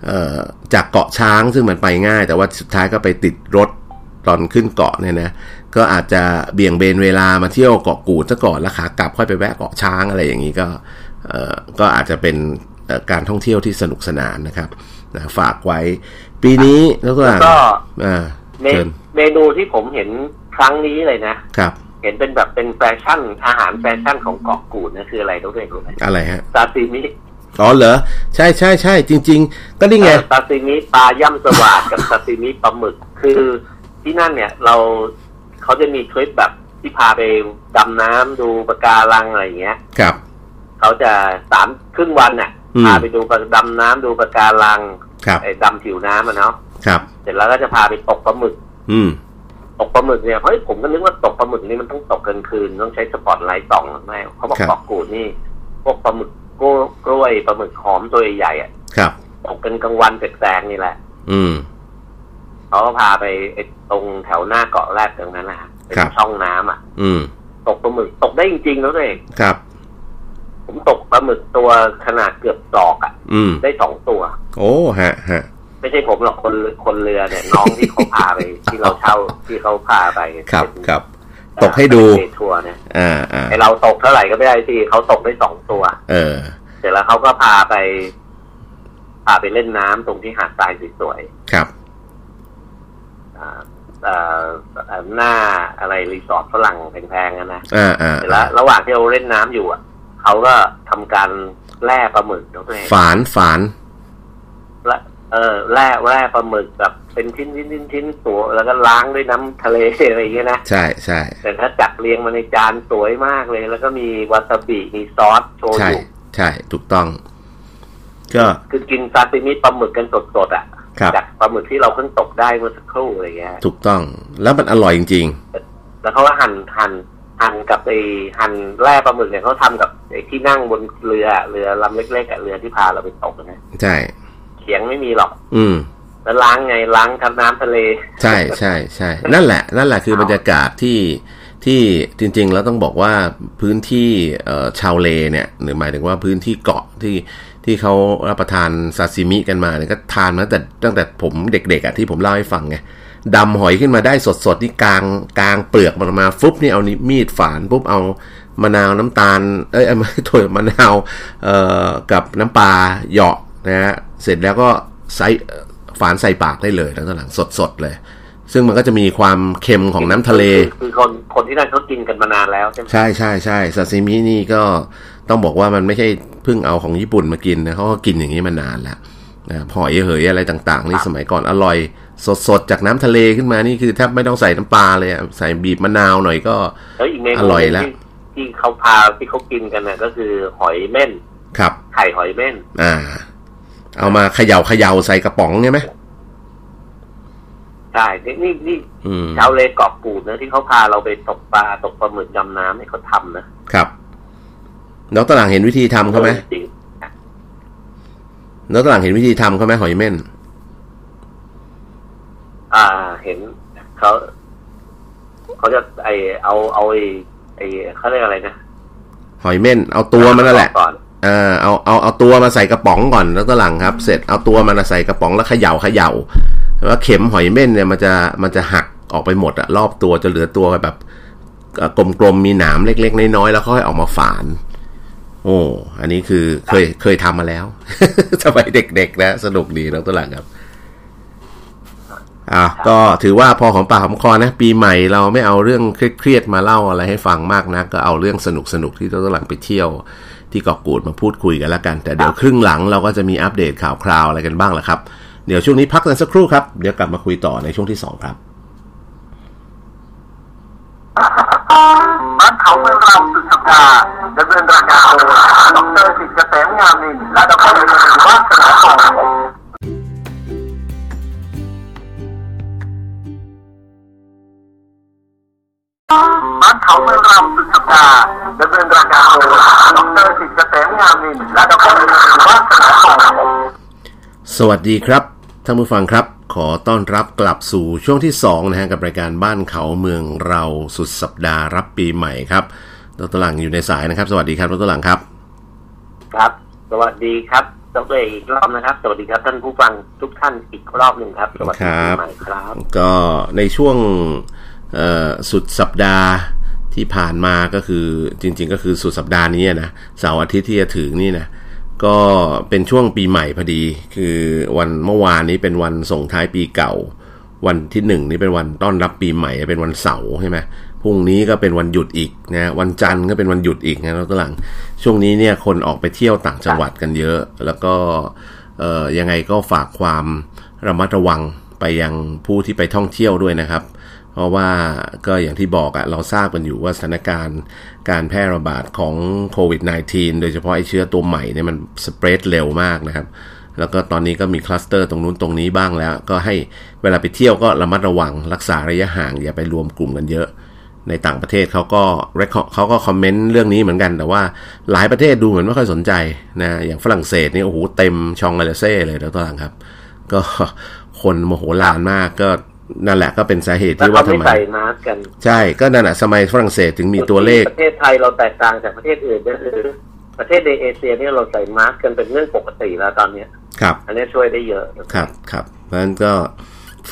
A: เอ่อจากเกาะช้างซึ่งมันไปง่าย แต่ว่าสุดท้ายก็ไปติดรถตอนขึ้นเกาะเนี่ยนะ ก็อาจจะเบี่ยงเบนเวลามาเที่ยวเกาะกูดซะก่อนแล้วขากลับค่อยไปแวะเกาะช้างอะไรอย่างนี้ก็เอ่อก็อาจจะเป็นเอ่อการท่องเที่ยวที่สนุกสนานนะครับนะฝากไว้ปีนี้แล้วก็
B: แล้วก็
A: อ่า
B: เม
A: เชิญ
B: เมนูที่ผมเห็นครั้งนี้เลยนะ
A: ครับ
B: เห็นเป็นแบบเป็นแฟชั่นอาหารแฟชั่นของเกาะกูดนะคืออะไรต้องเรียกรู้ไหม
A: อะไรฮะ
B: ซาซิมิ
A: อ๋อเหรอ ใช่ใช่ใช่จริง ๆ ก็นี่ไง
B: เออซาซิมิปลาย่ำสวาดกับ ซาซิมิปลาหมึก คือที่นั่นเนี่ยเราเขาจะมีทริปแบบที่พาไปดำน้ำดูปะการังอะไรอย่างเงี้ย
A: ครับ
B: เขาจะสามครึ่งวันน่ะ
A: อืม
B: พาไปดูปะดำน้ำดูปะการัง
A: ครับ
B: ไอ้ดำผิวน้ำอ่ะเนาะ
A: ครับ
B: เสร็จแล้วก็จะพาไปตกปลาหมึก
A: อืม
B: ตกปลาหมึกเนี่ยเฮ้ยผมก็นึกว่าตกปลาหมึกนี่มันต้องตกกลางคืนต้องใช้สปอตไลท์ส่องไม่เขาบอก
A: ครับ
B: เกาะกูดนี่ พวกปลาหมึกกล้วยกล้วยปลาหมึกหอมตัวใหญ่ๆอ่ะ
A: ครับ
B: ตกกันกลางวันแสกๆนี่แหละ
A: อืม
B: เขาก็พาไปไอ้ตรงแถวหน้าเกาะแรกตรงนั้นนะครับเป็น
A: ครับ
B: ช่องน้ำอ่ะ
A: อืม
B: ตกปลาหมึกตกได้จริงๆแล้วเอง
A: ครับ
B: ผมตกปลาหมึกตัวขนาดเกือบศอกอ่ะ
A: อืม
B: ได้สองตัว
A: โอ้ฮะฮะ
B: ไม่ใช่ผมหรอกคนคนเรือเนี่ย น้องที่เขา พาไป ที่เราเช่าที่เขาพาไป
A: ครับ
B: เป็น
A: ครับ
B: อ่า
A: ตกให้ดู
B: เป็นทัวร์เนี่ย
A: อ่าอ่า
B: ไอเราตกเท่าไหร่ก็ไม่ได้ทีเขาตกได้สองตัว
A: เออ
B: เสร็จแล้วเขาก็พาไป พาไปเล่นน้ำตรงที่หาดทรายสวย
A: ครับ
B: ๆอ่าเอ่อเอ่อหน้าอะไรรีสอร์ทฝรั่งแพงๆอะนะ
A: อ่าอ่า
B: เสร็จแล้วระหว่างที่เราเล่นน้ำอยู่อ่ะเขาก็ทำการแล่ปลาหมึกนะเพื่อน
A: ฝานฝาน
B: และเออแล่แล่ปลาหมึกแบบเป็นชิ้นชิ้นชิ้นชิ้นสวยแล้วก็ล้างด้วยน้ำทะเล อะไรอย่างเงี้ยนะ
A: ใช่ใช่
B: แต่ถ้าจัดเรียงมาในจานสวยมากเลย แล้วก็มีวาซาบิมีซอสโช
A: ใช่
B: ยุ
A: ใช่ถูกต้อง ก็
B: คือกินซาซิมิปลาหมึกกันสดๆอ่ะ
A: ครับ
B: จากปลาหมึกที่เราเพิ่งตกได้เมื่อสักครู่อะไรเงี้ย
A: ถูกต้อง แล้วมันอร่อยจริง
B: แล้วเขาก็หั่นหั่นหั่นกับไอ้หั่นแร่ปลาหมึกเนี่ยเขาทำกับไอ้ที่นั่งบนเรือเรือลำเล็กๆอะเรือที่พาเราไปตกนะ
A: ๆ ใช่
B: เขียงไม่มีหรอก
A: อืม
B: แล้วล้างไงล้างทับน้ำทะเล
A: ใช่ใช่ใช่นั่นแหละ นั่นแหละคือบรรยากาศที่ที่จริง ๆ แล้วต้องบอกว่าพื้นที่เอ่อชาวเลเนี่ยหรือหมายถึงว่าพื้นที่เกาะที่ที่เขารับประทานซาซิมิกันมาเนี่ยก็ทานมาตั้งแต่ตั้งแต่ผมเด็กๆอ่ะที่ผมเล่าให้ฟังไงดำหอยขึ้นมาได้สดๆที่กลางกลางเปลือกมันออกมาฟุบนี่เอานิ้วมีดฝานปุ๊บเอามะนาวน้ำตาล เอ้ยไม่ถั่วมะนาวเอ่อกับน้ำปลาเหยาะนะฮะเสร็จแล้วก็ใส่ฝานใส่ปากได้เลยแล้วตอนหลังสดๆเลย ซึ่งมันก็จะมีความเค็มของน้ำทะเล
B: คือคือคนคนที่นั่นเขากินกันมานานแล้วใช่ไหม
A: ใช่ใช่ใช่ซาซิมินี่ก็ต้องบอกว่ามันไม่ใช่เพิ่งเอาของญี่ปุ่นมากินนะเขาก็กินอย่างนี้มานานแล้วนะครับหอยเหยอะไรต่างๆ นี่สมัยก่อนอร่อย สดๆ จากน้ำทะเลขึ้นมานี่คือแทบไม่ต้องใส่น้ำปลาเลยอะใส่บีบมะนาวหน่อยก็
B: แล้วอีกเมนู
A: อร่อยแล้ว
B: ที่ที่เขาพาที่เขากินกันน่ะก็คือหอยเม่น
A: ครับ
B: ไข่หอยเม่น
A: อ่า เอามาเขย่าเขย่าใส่กระป๋องใช่ไหม
B: ใช่นี่นี่นี่
A: อืม
B: ชาวเลเกาะกูดนะที่เขาพาเราไปตกปลาตกปลาหมึกดำน้ำให้เขาทำนะครับ
A: น้องตะหลังเห็นวิธีทำเขาไหม
B: จริง
A: น้องตะหลังเห็นวิธีทำเขาไหมหอยเม่น
B: อ่าเห็นเขาเขาจะไอเอาเอาไอไอเขาเรียกอะไรนะ
A: หอยเม่นเอาตัวมันนั่นแหละ
B: ก่อน
A: เออเอาเอาเอาตัวมาใส่กระป๋องก่อนแล้วก็หลังครับ เสร็จเอาตัวมันมาใส่กระป๋องแล้วเขย่าเขย่าแล้วเข็มหอยเม่นเนี่ยมันจะมันจะหักออกไปหมดอะรอบตัวจะเหลือตัวแบบเอ่อกลมๆมีหนามเล็ก ๆ น้อยๆแล้วค่อยออกมาฝาน โอ้อันนี้คือเคยเคยทำมาแล้ว สมัยเด็กๆนะสนุกดีน้องตัวหลังครับอ่ะก็ถือว่าพอของปากของคอนะ ปีใหม่เราไม่เอาเรื่องเครียดๆมาเล่าอะไรให้ฟังมากนะก็เอาเรื่องสนุกๆที่น้องตัวหลังไปเที่ยว ที่เกาะกูดมาพูดคุยกันแล้วกัน แต่เดี๋ยวครึ่งหลังเราก็จะมีอัปเดตข่าวคราวอะไรกันบ้างละครับ เดี๋ยวช่วงนี้พักกันสักครู่ครับ เดี๋ยวกลับมาคุยต่อในช่วงที่ 2 ครับ
C: บ้านเขาเมืองเราสุดสัปดาห์ดำเนินรายการโดยดรสิทธิ์เกษมงามนินและดรเอกสิทธิ์วาสนาทองบ้านเขาเมืองเราสุดสัปดาห์ดำเนินรายการโดยดรสิทธิ์เกษมงามนินและดรเอกสิทธิ์วาสนาทอง
A: สวัสดีครับท่านผู้ฟังครับ ขอต้อนรับกลับสู่ช่วงที่ 2 นะฮะกับรายการบ้านเขาเมืองเราสุดสัปดาห์รับปีใหม่ครับดรหลังอยู่ในสายนะครับ สวัสดีครับดรหลังครับ
B: ครับ สวัสดีครับดรเอกอีกรอบนะครับ สวัสดีครับท่านผู้ฟังทุกท่านอีกรอบหนึ่งครับสวัสดีปีใหม่ครับ
A: ก็ในช่วงเอ่อสุดสัปดาห์ที่ผ่านมาก็คือจริง ๆ ก็คือสุดสัปดาห์นี้อะนะเสาร์อาทิตย์ที่จะถึงนี่นะก็เป็นช่วงปีใหม่พอดี คือวันเมื่อวานนี้เป็นวันส่งท้ายปีเก่า วันที่หนึ่งนี่เป็นวันต้อนรับปีใหม่เป็นวันเสาร์ใช่ไหมพ พรุ่งนี้ก็เป็นวันหยุดอีกนะวันจันทร์ก็เป็นวันหยุดอีกนะแล้วก็หลังช่วงนี้เนี่ยคนออกไปเที่ยวต่างจังหวัดกันเยอะ แล้วก็เอ่อยังไงก็ฝากความระมัดระวังไปยังผู้ที่ไปท่องเที่ยวด้วยนะครับ เพราะว่าก็อย่างที่บอกอะเราทราบกันอยู่ว่าสถานการณ์การแพร่ระบาดของโควิด -19 โดยเฉพาะไอเชื้อตัวใหม่เนี่ยมันสเปรดเร็วมากนะครับ แล้วก็ตอนนี้ก็มีคลัสเตอร์ตรงนู้นตรงนี้บ้างแล้ว ก็ให้เวลาไปเที่ยวก็ระมัดระวังรักษาระยะห่างอย่าไปรวมกลุ่มกันเยอะ ในต่างประเทศเขาก็ record เขาก็คอมเมนต์เรื่องนี้เหมือนกัน แต่ว่าหลายประเทศดูเหมือนไม่ค่อยสนใจนะอย่างฝรั่งเศสนี่โอ้โหเต็มชองอาเลเซ่เลยแล้วตอนหลังครับ ก็ คนโมโหลานมากก็นั่นแหละก็เป็นสาเหตุ
B: แล้ว
A: ที่
B: เขา
A: ว่าทำ
B: ไม่
A: ไม
B: ใส่มาสก์กัน
A: ใช่ก็นั่นแหละสมัยฝรั่งเศสถึงมีตัวเลข
B: ประเทศไทยเราแตกต่างจากประเทศอื่นก็คือประเทศในเอเชียเนี่ยเราใส่มาสก์กันเป็นเรื่องปกติแล้วตอนเนี้ย
A: ครับ
B: อันนี้ช่วยได้เยอะ
A: ครับครับเพราะฉะนั้นก็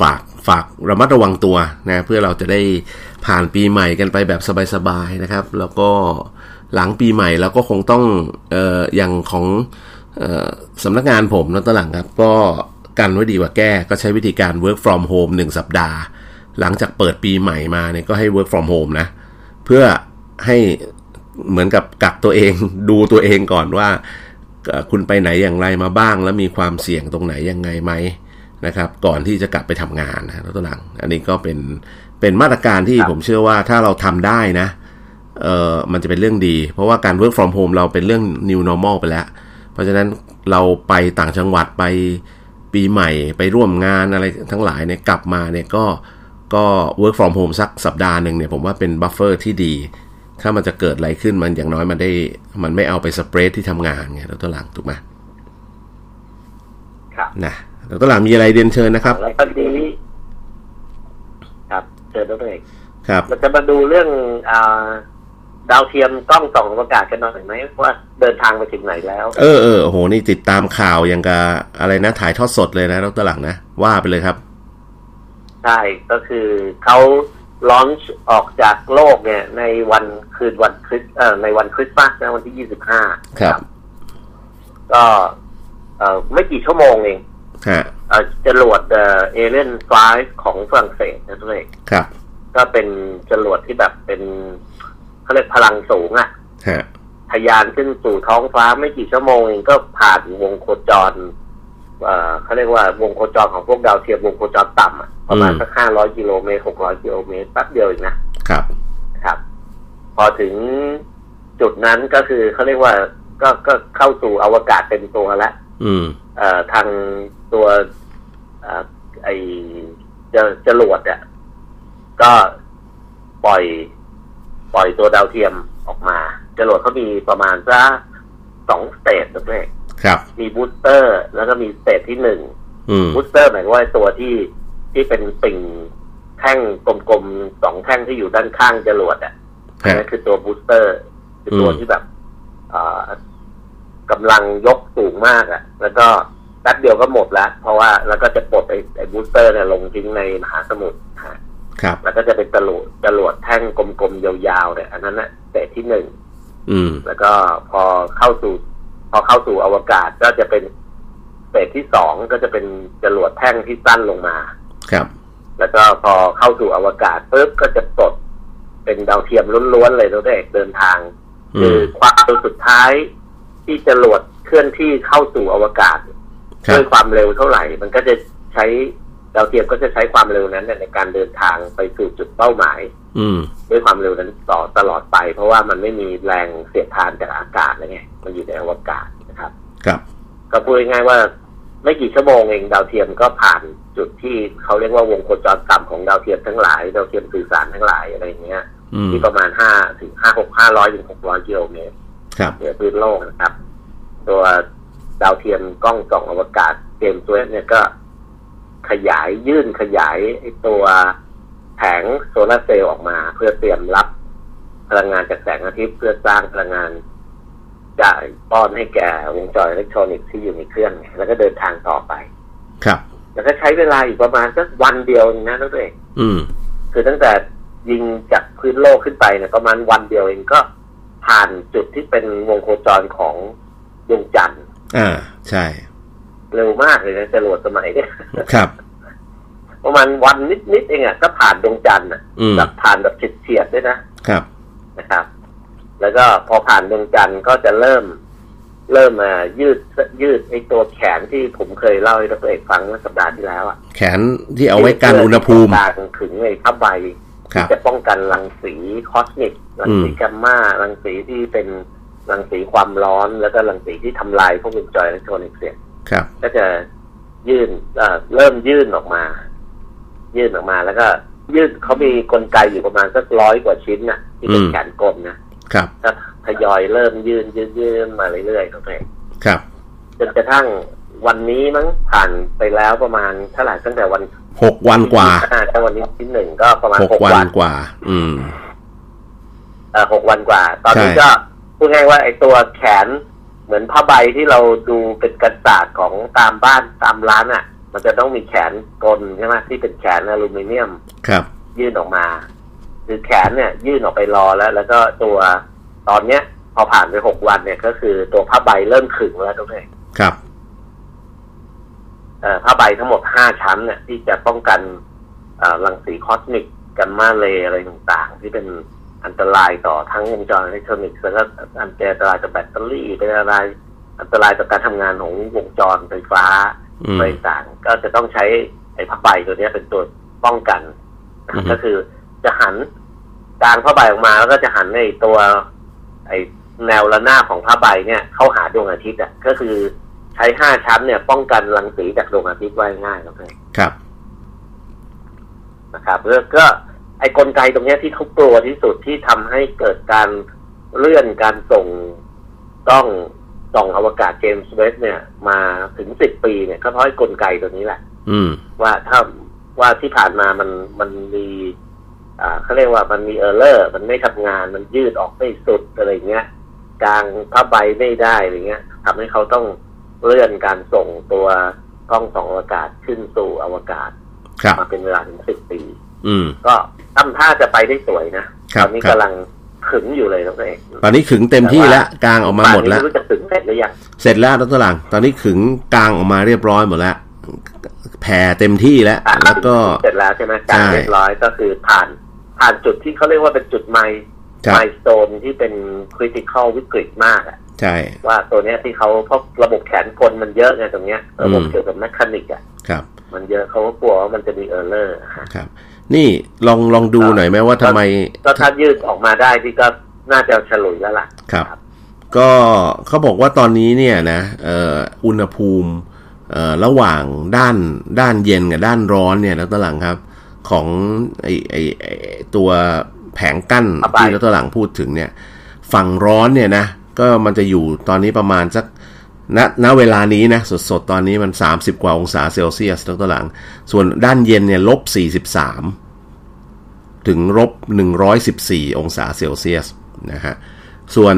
A: ฝากฝากระมัดระวังตัวนะเพื่อเราจะได้ผ่านปีใหม่กันไปแบบสบายๆนะครับ แล้วก็หลังปีใหม่เราก็คงต้องเอ่ออย่างของเอ่อสำนักงานผมนะตอนหลังครับ ก็กันไว้ดีกว่าแก้ก็ใช้วิธีการ work from home 1 สัปดาห์ หลังจากเปิดปีใหม่มาเนี่ยก็ให้ work from home นะ เพื่อให้เหมือนกับกักตัวเอง ดูตัวเองก่อนว่าเอ่อคุณไปไหนอย่างไรมาบ้าง แล้วมีความเสี่ยงตรงไหนยังไงไหมนะครับ ก่อนที่จะกลับไปทำงานนะแล้วตัวหลัง อันนี้ก็เป็นเป็นมาตรการที่
B: ครับ
A: ผมเชื่อว่าถ้าเราทำได้นะ เออมันจะเป็นเรื่องดี เพราะว่าการ work from home เราเป็นเรื่อง new normal ไปแล้ว เพราะฉะนั้นเราไปต่างจังหวัดไปปีใหม่ไปร่วมงานอะไรทั้งหลายเนี่ยกลับมาเนี่ยก็ก็ work from home สักสัปดาห์หนึ่งเนี่ยผมว่าเป็นบัฟเฟอร์ที่ดี ถ้ามันจะเกิดอะไรขึ้นมันอย่างน้อยมันได้ มันไม่เอาไปสเปรดที่ทำงานไงแล้วตัวหลังถูกไหม
B: ครับ
A: นะแล้วตัวหลังมีอะไรเรียนเชิญนะครับ
B: แล้วก็นี้ครับเจอด้วย
A: ครับ
B: เราจะมาดูเรื่องอาดาวเทียมกล้องส่องอากาศกันหน่อยไหมว่าเดินทางไปถึงไหนแล้ว
A: เออเออโอ้โหนี่ติดตามข่าวอย่างกับอะไรนะถ่ายทอดสดเลยนะแล้วตัวหลังนะว่าไปเลยครับ
B: ใช่ ก็คือเขาลอนช์ออกจากโลกเนี่ย ในวันคืนวันคริสเอ่อในวันคริสต์มาสนะวันที่ยี่สิบห้า
A: ครับ
B: ก็เอ่อไม่กี่ชั่วโมงเอง
A: ฮะ
B: เอ่อจรวดเอเลนไฟของฝรั่งเศสนะด้วย
A: ครับ
B: ก็เป็นจรวดที่แบบเป็นเขาเรียกพลังสูงอะ
A: ฮะ
B: ทะยานขึ้นสู่ท้องฟ้าไม่กี่ชั่วโมงเองก็ผ่านวงโคจรเอ่อเขาเรียกว่าวงโคจรของพวกดาวเทียมวงโคจรต่ำอะประมาณสักห้าร้อยกิโลเมตรหกร้อยกิโลเมตรแป๊บเดียวเองนะ
A: ครับ
B: ครับ พอถึงจุดนั้นก็คือเขาเรียกว่าก็ก็เข้าสู่อวกาศเต็มตัวแล้ว
A: อืม
B: เอ่อทางตัวเอ่อไอจะจรวดอ่ะก็ปล่อย ปล่อยตัวดาวเทียมออกมาจรวดเขามีประมาณสักสองสเตจด้วย
A: ครับ
B: มีบูสเตอร์ แล้วก็มีสเตจที่หนึ่ง
A: อืม
B: บูสเตอร์หมายความว่าตัวที่ที่เป็นปิ่งแท่งกลมๆสองแท่งที่อยู่ด้านข้างจรวดอ่ะอัน
A: ฮะ
B: นั่นคือตัวบูสเตอร์ คือตัว
A: อืม
B: ที่แบบเอ่อกำลังยกสูงมากอ่ะ แล้วก็แป๊บเดียวก็หมดละเพราะว่าแล้วก็จะปลดไอ้ไอ้บูสเตอร์เนี่ยลงทิ้งในมหาสมุทรฮะ
A: ครับ
B: แล้วก็จะเป็นจรวดจรวดแท่งกลมๆยาวๆเนี่ยอันนั้นน่ะเตะที่หนึ่ง
A: อืม
B: แล้วก็พอเข้าสู่ พอเข้าสู่อวกาศก็จะเป็นเฟสที่สองก็จะเป็นจรวดแท่งที่สั้นลงมา
A: ครับ
B: แล้วก็พอเข้าสู่อวกาศปุ๊บก็จะปลดเป็นดาวเทียมล้วนๆเลยตัวเอกเดินทาง
A: อื
B: คือ
A: ม
B: ความเร็วสุดท้ายที่จรวดเคลื่อนที่เข้าสู่อวกาศ
A: ครั
B: ด้ว
A: บ
B: ยความเร็วเท่าไหร่ มันก็จะใช้ดาวเทียมก็จะใช้ความเร็วนั้นเนี่ยในการเดินทางไปสู่จุดเป้าหมาย
A: อืม
B: ด้วยความเร็วนั้นต่อตลอดไป เพราะว่ามันไม่มีแรงเสียดทานจากอากาศอะไรเงี้ยมันอยู่ในอวกาศนะครับ
A: ครับ
B: ก็พูดง่ายๆว่าไม่กี่ชั่วโมงเองดาวเทียมก็ผ่านจุดที่เขาเรียกว่าวงโคจรต่ำของดาวเทียมทั้งหลายดาวเทียมสื่อสารทั้งหลายอะไรอย่างเงี้ย
A: อืม
B: ที่ประมาณห้าถึงห้าหกห้าร้อยถึงหกร้อยกิโลเมตร
A: ครับ
B: เหนือพื้นโลกนะครับ ตัวดาวเทียมกล้องส่องอวกาศเจมส์เวบเนี่ยก็ขยายยื่นขยายไอ้ตัวแผงโซลาร์เซลล์ออกมา เพื่อเตรียมรับพลังงานจากแสงอาทิตย์เพื่อสร้างพลังงาน จ่ายป้อนให้แก่วงจรอิเล็กทรอนิกส์ที่อยู่ในเครื่องไงแล้วก็เดินทางต่อไป
A: ครับ
B: แล้วก็ใช้เวลาอยู่ประมาณสักวันเดียวเองนะนั่นเอง
A: อืม
B: คือตั้งแต่ยิงจากพื้นโลกขึ้นไปเนี่ยประมาณวันเดียวเองก็ผ่านจุดที่เป็นวงโคจรของดวงจันทร์
A: อ่า ใช่
B: เร็วมากเลยนะจรวดสมัยเนี่ย
A: ครับ
B: ประมาณวันนิดๆเองอ่ะก็ผ่านดวงจันทร์อ่ะ
A: อืม
B: แบบผ่านแบบเฉียดๆด้วยนะ
A: ครับ
B: นะครับ แล้วก็พอผ่านดวงจันทร์ก็จะเริ่ม เริ่มมายืดยืดไอตัวแขนที่ผมเคยเล่าให้ดรเอกฟังเมื่อสัปดาห์ที่แล้วอ่ะ
A: แขนที่เอาไว้กันอุณหภูมิ
B: ตางขึงไอ้ผ้าใบ
A: ครับ
B: ที่จะป้องกันรังสีคอสมิกรังสี
A: อืม
B: แกมมารังสีที่เป็นรังสีความร้อนแล้วก็รังสีที่ทำลายพวกวงจรอิเล็กทรอนิกส์เนี่ย
A: ครับ
B: ก็จะยื่นเอ่อเริ่มยื่นออกมา ยื่นออกมาแล้วก็ ยื่นเขามีกลไกอยู่ประมาณสักร้อยกว่าชิ้นน่ะ ที่เป็น
A: อืม
B: แขนกลมนะครับ ก็ทยอยเริ่มยื่นยื่นยื่นมาเรื่อยๆครับเอง
A: ครับ
B: จนกระทั่งวันนี้มั้งผ่านไปแล้วประมาณเท่าไหร่ตั้งแต่วัน
A: หกวันกว่า
B: อ่ถ้าวันนี้ที่หนึ่งก็ประมาณ
A: ห
B: ห
A: ก
B: ก
A: วัน
B: วัน
A: กว่า อืม
B: เอ่อหกวันกว่า ตอนนี้
A: ใช่
B: ก็พูดง่ายว่าไอ้ตัวแขนเหมือนผ้าใบที่เราดูเป็นกระดาษของตามบ้านตามร้านอ่ะ มันจะต้องมีแขนกลใช่ไหมที่เป็นแขนอลูมิเนียม
A: ครับ
B: ยื่นออกมา คือแขนเนี่ย ยื่นออกไปรอแล้ว แล้วก็ตัวตอนเนี้ย พอผ่านไปหกวันเนี่ย ก็คือตัวผ้าใบเริ่มขึงแล้วทุกท่าน
A: ครับ
B: เอ่อผ้าใบทั้งหมดห้าชั้นเนี่ยที่จะป้องกันเอ่อรังสีคอสมิกกันมาเลย์อะไรต่างๆ ที่เป็นอันตรายต่อทั้งวงจรอิเล็กทรอนิกส์แล้วก็อันตรายต่อแบตเตอรี่เป็นอันตรายอันตรายต่อการทำงานของวงจรไฟฟ้า
A: อืม
B: อะไรต่างก็จะต้องใช้ไอ้ผ้าใบตัวเนี้ยเป็นตัวป้องกันนะ
A: อือฮึ
B: ก็คือจะหันกลางผ้าใบออกมาแล้วก็จะหันในตัว ไอ้แนวระนาบของผ้าใบเนี่ยเข้าหาดวงอาทิตย์อ่ะก็คือใช้ห้าชั้นเนี่ย ป้องกันรังสีจากดวงอาทิตย์ไว้ง่ายครับเลย
A: ครับ
B: นะครับแล้วก็ไอ้กลไกตรงเนี้ยที่เขากลัวที่สุดที่ทำให้เกิดการเลื่อนการส่งกล้องส่องอวกาศเจมส์เวสเนี่ย มาถึงสิบปีเนี่ยก็เพราะไอ้กลไกตัวนี้แหละ
A: อืม
B: ว่าถ้าว่าที่ผ่านมามันมันมี อ่าเขาเรียกว่ามันมีเออร์เลอร์ มันไม่ทำงานมันยืดออกไม่สุดอะไรเงี้ยกลางผ้าใบไม่ได้อะไรเงี้ยทำให้เขาต้องเลื่อนการส่งตัวกล้องส่องอวกาศขึ้นสู่อวกาศ
A: ครับ
B: มาเป็นเวลาถึงสิบปี
A: อืม
B: ก็ทำท่าจะไปได้สวยนะครับ ตอนนี้
A: ครับ
B: กำลังขึงอยู่เลยนะเอก
A: ตอนนี้ขึงเต็มที่แล้วกางออกมาหมดแล้ว
B: ป่นนี้ไรู้จะขึงเสร็จหรือยัง
A: เสร็จแล้วดรหลัง ตอนนี้ขึงกางออกมาเรียบร้อยหมดแล้วแผ่เต็มที่แล้ว
B: อ่ะ
A: แล้วก็
B: เสร็จแล้วใช่ไหมการ
A: ใช่
B: เรียบร้อยก็คือผ่านผ่านจุดที่เขาเรียกว่าเป็นจุดไม
A: ครั
B: ไม
A: บ
B: ล์สโตนที่เป็นคริติคอลวิกฤตมากอะ
A: ใช่
B: ว่าตัวเนี้ยที่เขาเพราะระบบแขนกลมันเยอะไงตรงเนี้ยระบบเกี่ยวกับแมคานิกอะ
A: ครับ
B: มันเยอะเขาก็กลัวว่ามันจะมีเออร์เลอร์
A: ครับ นี่ลองลองดูหน่อยไหมว่าทำไม
B: ก็ถ้ายืดออกมาได้ที่ก็น่าจะฉลุยแล้วล่ะ
A: ครับ ก็เขาบอกว่าตอนนี้เนี่ยนะเอ่ออุณหภูมิเอ่อระหว่างด้านด้านเย็นกับด้านร้อนเนี่ยแล้วตอนหลังครับ ของไอไอไอ้ตัวแผงกั้น
B: ครับ
A: ที่แล้วตอนหลังพูดถึงเนี่ย ฝั่งร้อนเนี่ยนะก็มันจะอยู่ตอนนี้ประมาณสักณณเวลานี้นะสดๆ ตอนนี้มัน 30 กว่าองศาเซลเซียสแล้วตอนหลัง ส่วนด้านเย็นเนี่ยลบ 43 ถึงลบ114 องศาเซลเซียสนะฮะ ส่วน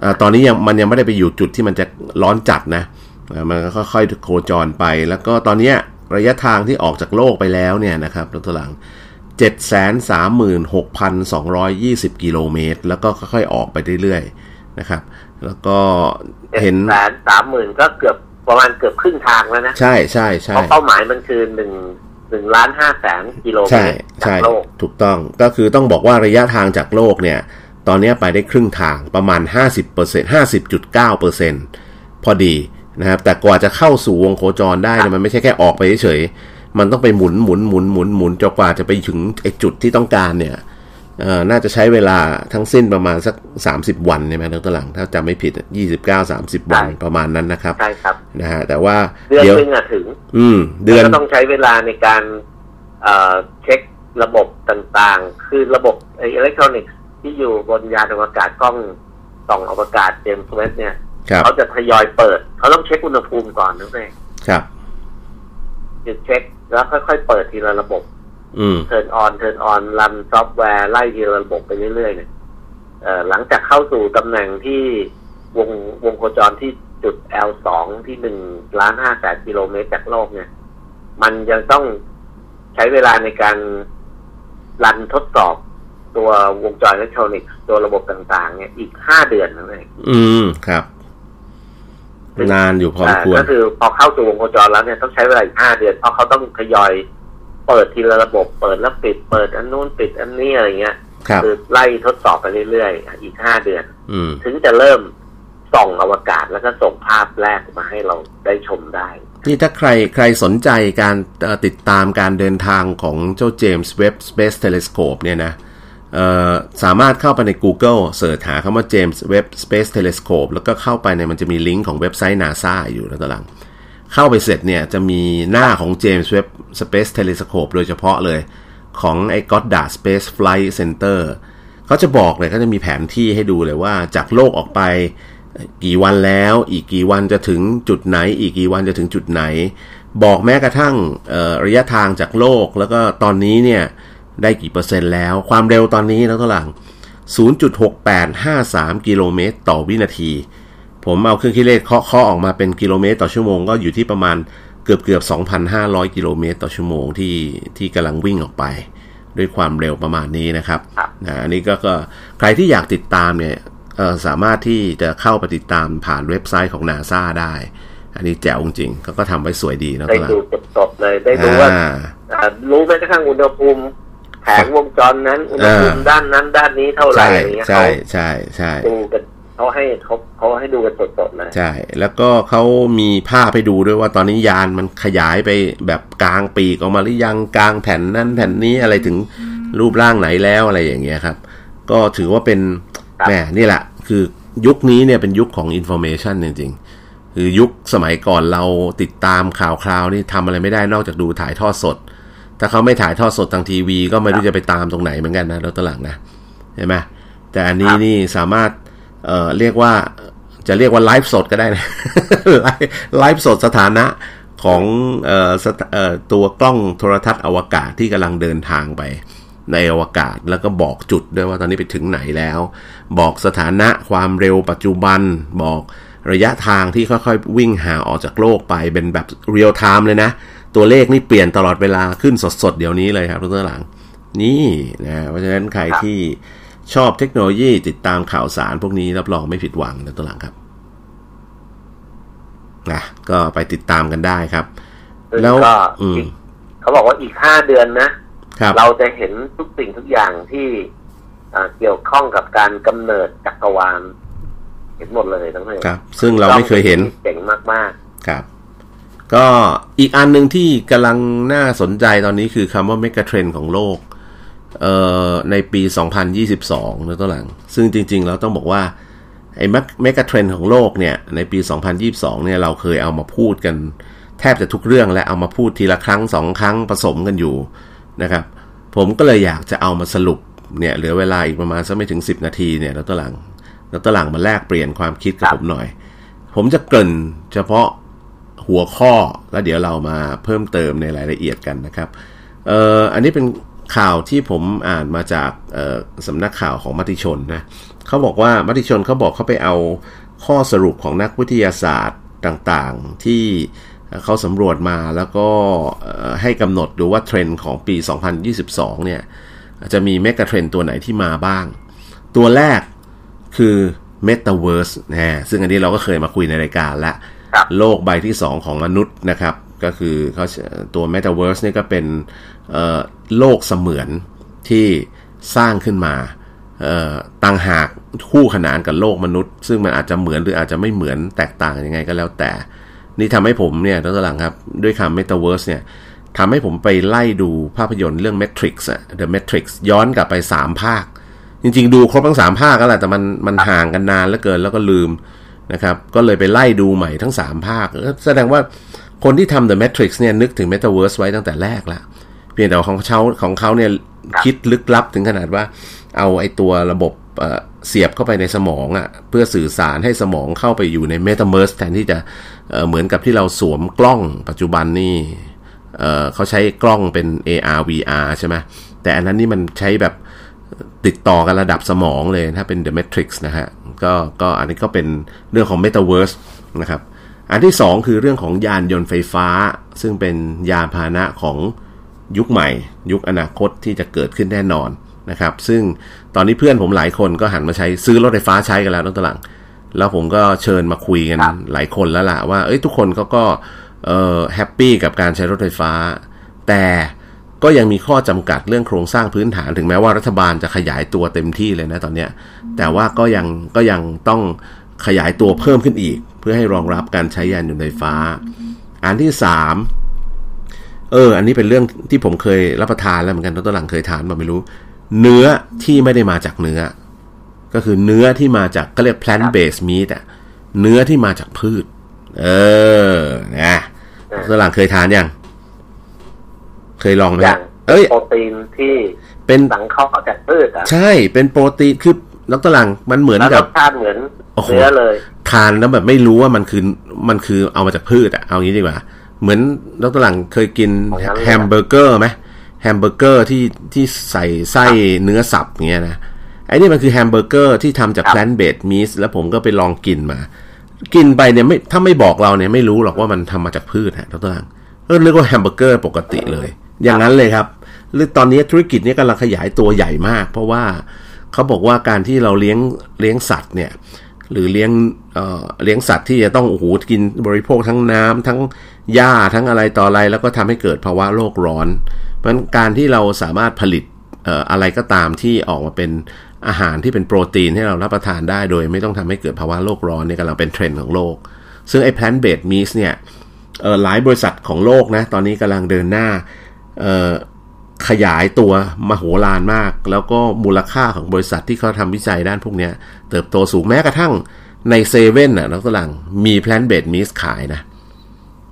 A: เอ่อตอนนี้ยังมันยังไม่ได้ไปอยู่จุดที่มันจะร้อนจัดนะเอ่อมันก็ค่อยๆโคจรไป แล้วก็ตอนเนี้ยระยะทางที่ออกจากโลกไปแล้วเนี่ยนะครับรถหลัง 736,220 กิโลเมตร แล้วก็ค่อยๆออกไปเรื่อยๆนะครับ แล้วก็เห็น
B: แสนสามหมื่นก็เกือบประมาณเกือบครึ่งทางแล้วนะ
A: ใช่ใช่ใช่
B: เพราะเป้าหมายมันคือหนึ่งหนึ่งล้านห้าแสนกิโลเม
A: ใช่
B: ตรจา
A: ใช่
B: กโลก
A: ถูกต้องก็คือต้องบอกว่าระยะทางจากโลกเนี่ย ตอนเนี้ยไปได้ครึ่งทางประมาณ 50% 50.9%พอดีนะครับ แต่กว่าจะเข้าสู่วงโคจรได้เนี่ยมันไม่ใช่แค่ออกไปเฉยๆ มันต้องไปหมุนหมุนหมุนหมุนหมุนจนกว่าจะไปถึงไอ้จุดที่ต้องการเนี่ยเอ่อน่าจะใช้เวลาทั้งสิ้นประมาณสัก 30 วันใช่ไหมทั้งตลังถ้าจำไม่ผิด 29-30 วันประมาณนั้นนะครับ
B: ใช่ครับ
A: นะฮะแต่ว่า
B: เดือน
A: เดี๋ยว
B: หนึงอะถึง
A: อืมเดือน
B: ก็ต้องใช้เวลาในการเอ่อเช็คระบบต่างๆ คือระบบอิเล็กทรอนิกส์ที่อยู่บนยานอวกาศกล้องส่องอวกาศเจมส์เวสเนี่ย
A: ครับ
B: เขาจะทยอยเปิด เขาต้องเช็คอุณหภูมิก่อนนะเว้ย
A: ครับ
B: จุดเช็คแล้วค่อยๆเปิดทีละระบบ
A: อืม
B: เทิร์นออนเทิร์นออนรันซอฟต์แวร์ไล่ทีละระบบไปเรื่อยๆเนี่ยเอ่อหลังจากเข้าสู่ตำแหน่งที่วงวงโคจรที่จุด L2 ที่หนึ่งล้านห้าแสนกิโลเมตรจากโลกเนี่ย มันยังต้องใช้เวลาในการรันทดสอบตัววงจรอิเล็กทรอนิกส์ตัวระบบต่างๆ เนี่ยอีกห้าเดือนนั่นเอง
A: อืมครับ นานอยู่พอสมควร
B: ก็คือพอเข้าสู่วงโคจรแล้วเนี่ยต้องใช้เวลาอีกห้าเดือน เพราะเขาต้องทยอย เปิดทีละระบบเปิดแล้วปิดเปิดอันนู้นปิดอันนี้อะไรเงี้ย
A: ครับ
B: อไล่ทดสอบไปเรื่อยๆ อีกห้าเดือน
A: อืม
B: ถึงจะเริ่มส่องอวกาศแล้วก็ส่งภาพแรกมาให้เราได้ชมได้
A: นี่ถ้าใครใครสนใจการเอ่อติดตามการเดินทางของเจ้าเจมส์เว็บ Space Telescope เนี่ยนะเอ่อสามารถเข้าไปใน Google เสิร์ชหาคำว่า James Webb Space Telescope แล้วก็เข้าไปในยมันจะมีลิงก์ของเว็บไซต์ NASA อยู่นะตอนหลัง เข้าไปเสร็จเนี่ยจะมีหน้าของ James Webb Space Telescope โดยเฉพาะเลยของไอ้ Goddard Space Flight Center เขาจะบอกเลยเขาจะมีแผนที่ให้ดูเลยว่าจากโลกออกไปกี่วันแล้ว อีกกี่วันจะถึงจุดไหน อีกกี่วันจะถึงจุดไหน บอกแม้กระทั่งเอ่อระยะทางจากโลกแล้วก็ตอนนี้เนี่ยได้กี่เปอร์เซ็นต์แล้ว ความเร็วตอนนี้แล้วเท่าไหร่ 0.6853 กิโลเมตรต่อวินาที ผมเอาเครื่องคิดเลขเคาะเคาะออกมาเป็นกิโลเมตรต่อชั่วโมงก็อยู่ที่ประมาณเกือบเกือบ2,500 กิโลเมตรต่อชั่วโมงที่ที่กำลังวิ่งออกไป ด้วยความเร็วประมาณนี้นะครับ
B: ครับ
A: นะอันนี้ก็ก็ใครที่อยากติดตามเนี่ยเอ่อสามารถที่จะเข้าไปติดตามผ่านเว็บไซต์ของ NASA ได้ อันนี้แจ๋วจริงๆเขาก็ทำไว้สวยดีนะ
B: ได้
A: ตลาด
B: ดูสดๆเลย ได้ดูว่า
A: อ่า
B: อ่ารู้แม้กระทั่งอุณหภูมิแผงวงจรนั้นอุณหภูมิ
A: อ่า
B: ด้านนั้นด้านนี้เท่าไหร่
A: ใช่
B: อะไรเงี้ย
A: ใช่
B: เขา
A: ใช่ใช่
B: ดูกันเขาให้เขาเขาให้ดูกันสดๆเลย
A: ใช่ แล้วก็เขามีภาพให้ดูด้วยว่าตอนนี้ยานมันขยายไปแบบกลางปีกออกมาหรือยังกลางแผ่นนั้นแผ่นนี้อะไรถึงรูปร่างไหนแล้วอะไรอย่างเงี้ยครับ ก็ถือว่าเป็นแหมนี่แหละ คือยุคนี้เนี่ยเป็นยุคของ information จริงๆ คือยุคสมัยก่อนเราติดตามข่าวคราวนี่ทำอะไรไม่ได้นอกจากดูถ่ายทอดสด ถ้าเขาไม่ถ่ายทอดสดทางทีวี ก็ไม่รู้จะไปตามตรงไหนเหมือนกันนะเราตลังนะ ใช่ไหมแต่อันนี้นี่สามารถเอ่อเรียกว่าจะเรียกว่าไลฟ์สดก็ได้นะ ไลฟ์ไลฟ์สดสถานะของเอ่อสถเอ่อตัวกล้องโทรทัศน์อวกาศที่กำลังเดินทางไปในอวกาศแล้วก็บอกจุดด้วยว่าตอนนี้ไปถึงไหนแล้ว บอกสถานะความเร็วปัจจุบัน บอกระยะทางที่ค่อยๆ วิ่งห่างออกจากโลกไปเป็นแบบเรียลไทม์เลยนะ ตัวเลขนี่เปลี่ยนตลอดเวลาขึ้นสดๆ เดี๋ยวนี้เลยครับทุกท่านหลัง นี่นะเพราะฉะนั้นใครที่ชอบเทคโนโลยีติดตามข่าวสารพวกนี้รับรองไม่ผิดหวังนะตัวหลังครับนะก็ไปติดตามกันได้ครับ
B: ซึ่ง
A: แล้ว
B: ก็
A: อืม
B: เขาบอกว่าอีกห้าเดือนนะ
A: ครับ
B: เราจะเห็นทุกสิ่งทุกอย่างที่อ่าเกี่ยวข้องกับการกำเนิดจักรวาลเห็นหมดเลยทั้งหมด
A: ครับ ซึ่งเราไม่เคยเห็น
B: เจ๋งมาก
A: ครับ ก็อีกอันหนึ่งที่กำลังน่าสนใจตอนนี้คือคำว่า Mega Trend ของโลก เอ่อในปี 2022นะตัวหลัง ซึ่งจริง ๆ แล้วต้องบอกว่า ไอ้ Mega Trend ของโลกเนี่ย ในปี 2022 เนี่ย เราเคยเอามาพูดกัน แทบจะทุกเรื่องและเอามาพูดทีละครั้งสองครั้งผสมกันอยู่นะครับ ผมก็เลยอยากจะเอามาสรุปเนี่ยเหลือเวลาอีกประมาณสักไม่ถึง 10 นาทีเนี่ยแล้วตัวหลังแล้วตัวหลังมาแลกเปลี่ยนความคิดกับผมหน่อย ผมจะเกริ่นเฉพาะหัวข้อแล้วเดี๋ยวเรามาเพิ่มเติมในรายละเอียดกันนะครับ เอ่ออันนี้เป็นข่าวที่ผมอ่านมาจากเอ่อสำนักข่าวของมติชนนะเขาบอกว่ามติชนเขาบอกเขาไปเอาข้อสรุปของนักวิทยาศาสตร์ต่างๆ ที่เขาสำรวจมาแล้วก็เอ่อให้กำหนดดูว่าเทรนด์ของปี 2022 เนี่ย จะมีเมกะเทรนด์ตัวไหนที่มาบ้าง ตัวแรก คือ Metaverse นะฮะซึ่งอันนี้เราก็เคยมาคุยในรายการละโลกใบที่ 2 ของมนุษย์นะครับ ก็คือเขาตัว Metaverse นี่ก็เป็นเอ่อโลกเสมือนที่สร้างขึ้นมาเอ่อต่างหากคู่ขนานกับโลกมนุษย์ ซึ่งมันอาจจะเหมือนหรืออาจจะไม่เหมือนแตกต่างยังไงก็แล้วแต่ นี่ทำให้ผมเนี่ยตอนหลังครับ ด้วยคำ Metaverse เนี่ยทำให้ผมไปไล่ดูภาพยนตร์เรื่อง Matrix อะ The Matrix ย้อนกลับไป 3 ภาค จริงๆ ดูครบทั้งสามภาคแล้วแหละแต่มันมันห่างกันนานเหลือเกินแล้วก็ลืมนะครับ ก็เลยไปไล่ดูใหม่ทั้งสามภาคก็แสดงว่าคนที่ทำ The Matrix เนี่ยนึกถึง Metaverse ไว้ตั้งแต่แรกละเพียงแต่ว่าของเขาของเขาเนี่ยคิดลึกลับถึงขนาดว่า เอาไอ้ตัวระบบเอ่อเสียบเข้าไปในสมองอะ่ะเพื่อสื่อสารให้สมองเข้าไปอยู่ใน Metaverse แทนที่จะเอ่อเหมือนกับที่เราสวมกล้องปัจจุบันนี่ เอ่อเขาใช้กล้องเป็น AR VR ใช่ไหมแต่อันนั้นนี่มันใช้แบบติดต่อกันระดับสมองเลยถ้าเป็น The Matrix นะฮะก็ก็อันนี้ก็เป็นเรื่องของ Metaverse นะครับ อันที่ 2 คือเรื่องของยานยนต์ไฟฟ้า ซึ่งเป็นยานพาหนะของยุคใหม่ ยุคอนาคตที่จะเกิดขึ้นแน่นอนนะครับ ซึ่งตอนนี้เพื่อนผมหลายคนก็หันมาใช้ซื้อรถไฟฟ้าใช้กันแล้วน้องตะหลัง แล้วผมก็เชิญมาคุยกันหลายคนแล้วล่ะว่า เอ้ยทุกคนเขาก็เอ่อแฮปปี้กับการใช้รถไฟฟ้า แต่ก็ ก็ยังมีข้อจำกัดเรื่องโครงสร้างพื้นฐานถึงแม้ว่ารัฐบาลจะขยายตัวเต็มที่เลยนะตอนเนี้ยแต่ว่าก็ยังก็ยังต้องขยายตัวเพิ่มขึ้นอีก เพื่อให้รองรับการใช้ยานยนต์ไฟฟ้า อันที่สาม เออ อันนี้เป็นเรื่องที่ผมเคยรับประทานแล้วเหมือนกันตอนหลังเคยทานมาไม่รู้ เนื้อที่ไม่ได้มาจากเนื้อ ก็คือเนื้อที่มาจากก็เรียก plant based meat อะเนื้อที่มาจากพืช เออ นะตอนหลังเคยทานยัง เคยลองไหม
B: อย่า
A: ฮะ
B: ง
A: เอ้ย
B: โปรตีนที่
A: เป็น
B: สังเคราะห์จากพืชอ่ะ
A: ใช่ เป็นโปรตีน คือแล้วตอนหลังมันเหมือน
B: แล้วร
A: กับ
B: สชาติเหมือน
A: โอ้โห
B: เนื้อเลย
A: ทานแล้วแบบไม่รู้ว่ามันคือมันคือเอามาจากพืชอะเอางี้ดีกว่า เหมือนดรหลังเคยกิน
B: ของนั้นเลยอะ
A: แฮมเบอร์เกอร์ไหมแฮมเบอร์เกอร์ที่ที่ใส่ไส้เนื้อสับอย่างเงี้ยนะไอ้นี่มันคือแฮมเบอร์เกอร์ที่ทำจากแพลนเบดมีสแล้วผมก็ไปลองกินมา กินไปเนี่ยไม่ถ้าไม่บอกเราเนี่ยไม่รู้หรอกว่ามันทำมาจากพืชฮะดรหลังก็เรียกว่าแฮมเบอร์เกอร์ปกติเลย อย่างนั้นเลยครับหรือตอนนี้ธุรกิจเนี้กำลังขยายตัวใหญ่มาก เพราะว่าเขาบอกว่าการที่เราเลี้ยงเลี้ยงสัตว์เนี่ย หรือเลี้ยงเอ่อเลี้ยงสัตว์ที่จะต้องโอ้โหกินบริโภคทั้งน้ำทั้งหญ้าทั้งอะไรต่ออะไร แล้วก็ทำให้เกิดภาวะโลกร้อน เพราะฉะนั้นการที่เราสามารถผลิตเอ่ออะไรก็ตามที่ออกมาเป็นอาหารที่เป็นโปรตีนให้เรารับประทานได้โดย ไม่ต้องทำให้เกิดภาวะโลกร้อนเนี่ยกำลังเป็นเทรนด์ของโลก ซึ่งไอ้ plant based meats เนี่ยเอ่อหลายบริษัทของโลกนะตอนนี้กำลังเดินหน้าเอ่อ ขยายตัวมโหฬารมาก แล้วก็มูลค่าของบริษัทที่เขาทำวิจัยด้านพวกเนี้ย เติบโตสูงแม้กระทั่งในเซเว่นน่ะนักตลังมีแพลนเบดมิสขายนะ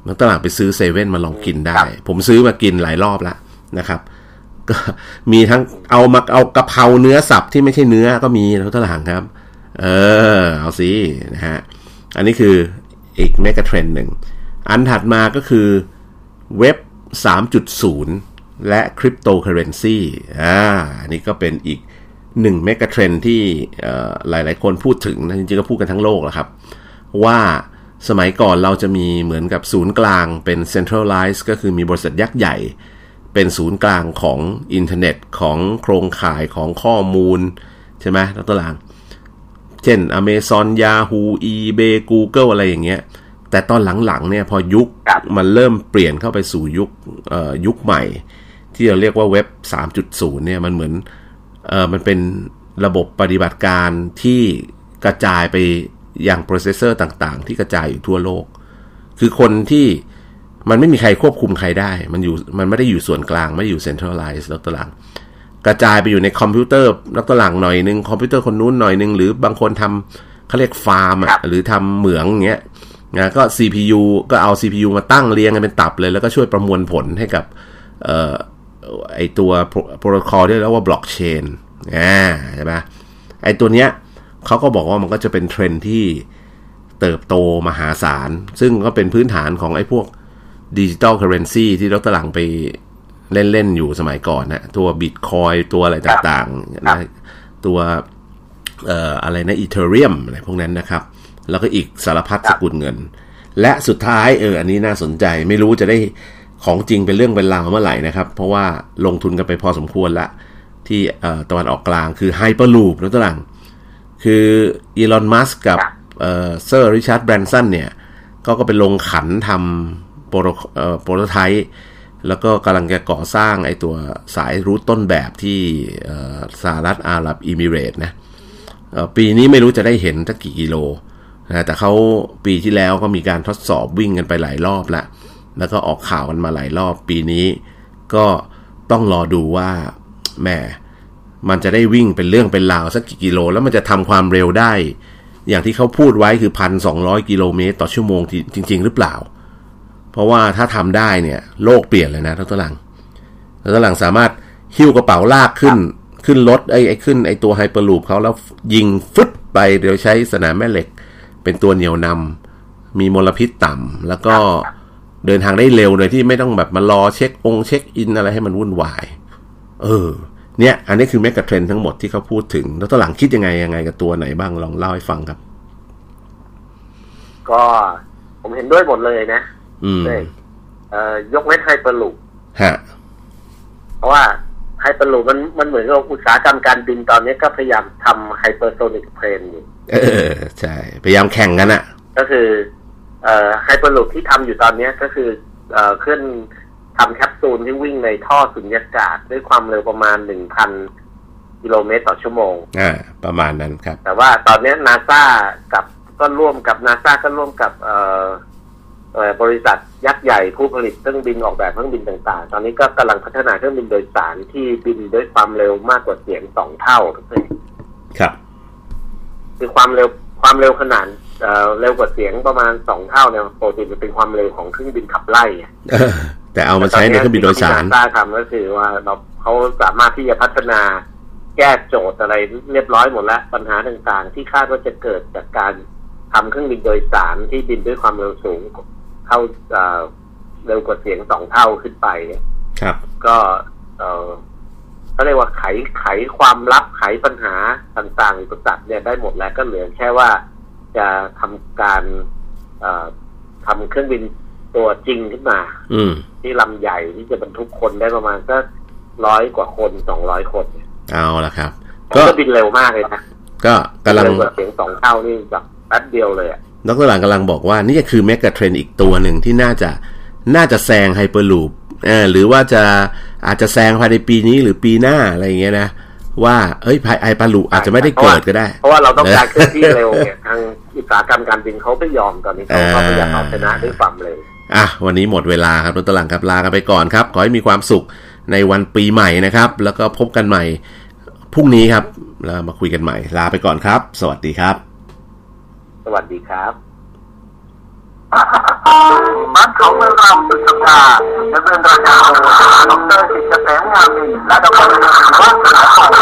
A: นักตลังไปซื้อเซเว่นมาลองกินได้ ผมซื้อมากินหลายรอบละนะครับ ก็มีทั้งเอามาเอากะเพราเนื้อสับที่ไม่ใช่เนื้อก็มีนักตลังครับ เออ เอาสินะฮะ อันนี้คืออีกเมกะเทรนหนึ่ง อันถัดมาก็คือ เว็บ 3.0 และคริปโตเคอเรนซีอ่าอันนี้ก็เป็นอีกหนึ่งเมกะเทรนด์ที่เอ่อหลายๆคนพูดถึงนะจริงๆก็พูดกันทั้งโลกแหละครับ ว่าสมัยก่อนเราจะมีเหมือนกับศูนย์กลางเป็น centralized ก็คือมีบริษัทยักษ์ใหญ่ เป็นศูนย์กลางของอินเทอร์เน็ตของโครงข่ายของข้อมูล ใช่ไหมแล้วตัวหลัง เช่น Amazon Yahoo eBay Google อะไรอย่างเงี้ย แต่ตอนหลังๆเนี่ยพอยุค
B: ครับ
A: มันเริ่มเปลี่ยนเข้าไปสู่ยุคเอ่อยุคใหม่ ที่เราเรียกว่าเว็บ 3.0 เนี่ยมันเหมือนเออมันเป็นระบบปฏิบัติการที่กระจายไปยังโปรเซสเซอร์ต่างๆ ที่กระจายอยู่ทั่วโลก คือคนที่มันไม่มีใครควบคุมใครได้ มันอยู่มันไม่ได้อยู่ส่วนกลางไม่ได้อยู่เซ็นทรัลไลซ์แล้วตลัง กระจายไปอยู่ในคอมพิวเตอร์แล้วก็หลังหน่อยนึง คอมพิวเตอร์คนนู้นหน่อยนึง หรือบางคนทำเขาเรียกฟาร์ม
B: ครั
A: อ่ะ
B: บ
A: หรือทำเหมืองอย่างเงี้ยนะก็ CPU ก็เอา CPU มาตั้งเรียงกันเป็นตับเลย แล้วก็ช่วยประมวลผลให้กับเอ่อไอตัวโปรโตคอลที่เรียกว่าบล็อกเชนอ่าใช่ไหมไอตัวเนี้ยเขาก็บอกว่ามันก็จะเป็นเทรนด์ที่เติบโตมหาศาล ซึ่งก็เป็นพื้นฐานของไอพวกดิจิตอลเคอเรนซีที่ดรหลังไป เล่น ๆ อยู่สมัยก่อนนะ ตัวบิตคอยตัวอะไรต่างๆนะตัวเอ่ออะไรนะอีเทเรียมอะไรพวกนั้นนะครับ แล้วก็อีกสารพัดสกุลเงิน และสุดท้ายเอออันนี้น่าสนใจไม่รู้จะได้ของจริงเป็นเรื่องเป็นราวเมื่อไหร่นะครับ เพราะว่าลงทุนกันไปพอสมควรละ ที่เอ่อตะวันออกกลางคือไฮเปอร์ลูปนะตวหลัง คืออีลอนมัสกับเอ่อเซอร์ริชาร์ดแบรนสันเนี่ย ก็ก็ไปลงขันทำโปรโตเอ่อโปรโตไทป์แล้วก็กำลังจะก่อสร้างไอตัวสายรูทต้นแบบที่เอ่อสหรัฐอาหรับอิมิเรตส์นะเอ่อปีนี้ไม่รู้จะได้เห็นสักกี่กิโลนะแต่เขาปีที่แล้วก็มีการทดสอบวิ่งกันไปหลายรอบละแล้วก็ออกข่าวกันมาหลายรอบ ปีนี้ก็ต้องรอดูว่าแหม่ มันจะได้วิ่งเป็นเรื่องเป็นราวสักกี่กิโล แล้วมันจะทำความเร็วได้ อย่างที่เขาพูดไว้คือพันสองกิโลเมตรต่อชั่วโมงที่จริง ๆ หรือเปล่า เพราะว่าถ้าทำได้เนี่ย โลกเปลี่ยนเลยนะทั้งตลังทั้งตลังสามารถหิ้วกระเป๋าลากขึ้น ขึ้นรถไอ้ไอ้ขึ้นไอ้ตัวไฮเปอร์ลูปเขาแล้วยิงฟึดไปโดยใช้สนามแม่เหล็ก เป็นตัวเหนี่ยวนำมีมลพิษต่ำแล้วก็เดินทางได้เร็วโดยที่ไม่ต้องแบบมารอเช็คองค์เช็คอินอะไรให้มันวุ่นวาย เออ เนี่ย อันนี้คือแมกกะเทรนทั้งหมดที่เขาพูดถึง แล้วตอนหลังคิดยังไงยังไงกับตัวไหนบ้างลองเล่าให้ฟังครับ
B: ก็ผมเห็นด้วยหมดเลยนะ
A: อืม
B: เอ้ยเอ่อยกเว้นไฮเปอร์ลูป
A: ฮะ
B: เพราะว่าไฮเปอร์ลูปมันมันเหมือนกับอุตสาหกรรมการบินตอนนี้ก็พยายามทำไฮเปอร์โซนิกเพลนอยู่
A: เออ ใช่ พยายามแข่งกันอะ
B: ก็คือไฮเปอร์ลูปที่ทำอยู่ตอนเนี้ยก็คือเอ่อเคลื่อน ทำแคปซูลที่วิ่งในท่อสุญญากาศด้วยความเร็วประมาณหนึ่งพันกิโลเมตรต่อชั่วโมง
A: อ่าประมาณนั้นครับ
B: แต่ว่าตอนเนี้นาซากับก็ร่วมกับนาซาก็ร่วมกับเอ่อเอ่อบริษัทยักษ์ใหญ่ผู้ผลิตเครื่องบินออกแบบเครื่องบินต่างๆ ตอนนี้ก็กำลังพัฒนาเครื่องบินโดยสารที่บินด้วยความเร็วมากกว่าเสียงสองเท่า
A: ครับ
B: คือความเร็วความเร็วขนาดเอ่อเร็วกว่าเสียงประมาณสองเท่าเนี่ยปกติจะเป็นความเร็วของเครื่องบินขับไล่อะ
A: เออแต่เอามาใช้ในเครื่องบินโดยสาร
B: ที่ NASA ทำก็คือว่าเราเขาสามารถที่จะพัฒนาแก้โจทย์อะไรเรียบร้อยหมดแล้ว ปัญหาต่างๆ ที่คาดว่าจะเกิดจากการทำเครื่องบินโดยสารที่บินด้วยความเร็วสูงเข้าเอ่อเร็วกว่าเสียงสองเท่าขึ้นไปเนี่ย
A: ครับ
B: ก็เออเขาเรียกว่าไขไขความลับไขปัญหาต่างๆอุปสรรคเนี่ยได้หมดแล้วก็เหลือแค่ว่าจะทำการเอ่อทำเครื่องบินตัวจริงขึ้นมา
A: อืม
B: ที่ลำใหญ่ที่จะบรรทุกคนได้ประมาณสักร้อยกว่าคนสองร้อยคนเนี่ย
A: เอาละครับ ก็
B: ก็บินเร็วมากเลยนะ
A: ก็กำลัง
B: เร็วกว่าเสียงสองเท่านี่แบบแป๊บเดียวเลยอะ
A: ดรหลังกำลังบอกว่านี่คือเมกะเทรนอีกตัวหนึ่งที่น่าจะน่าจะแซงไฮเปอร์ลูปเออหรือว่าจะอาจจะแซงภายในปีนี้หรือปีหน้าอะไรอย่างเงี้ยนะ ว่าเอ้ยไฮเปอร์ลูปอาจจะไม่ได้เกิดก็ได้
B: เพราะว่าเราต้องการเคลื่อนที่เร็ว เนี่ยทางอุตสาหกรรมการบินเขาไม่ยอมตอนนี้เขาก็พยายามเอาชนะด้วยความเร็ว
A: อ่ะวันนี้หมดเวลาครับรถตลังครับลากันไปก่อนครับ ขอให้มีความสุขในวันปีใหม่นะครับ แล้วก็พบกันใหม่พรุ่งนี้ครับแล้วมาคุยกันใหม่ ลาไปก่อนครับ สวัสดีครับ
B: สวัสดีครับ
C: บ้านเขาเมืองเราสุดสัปดาห์ดำเนินรายการโดยดรสิทธิ์เกษมงามมีและดรวาสนาพง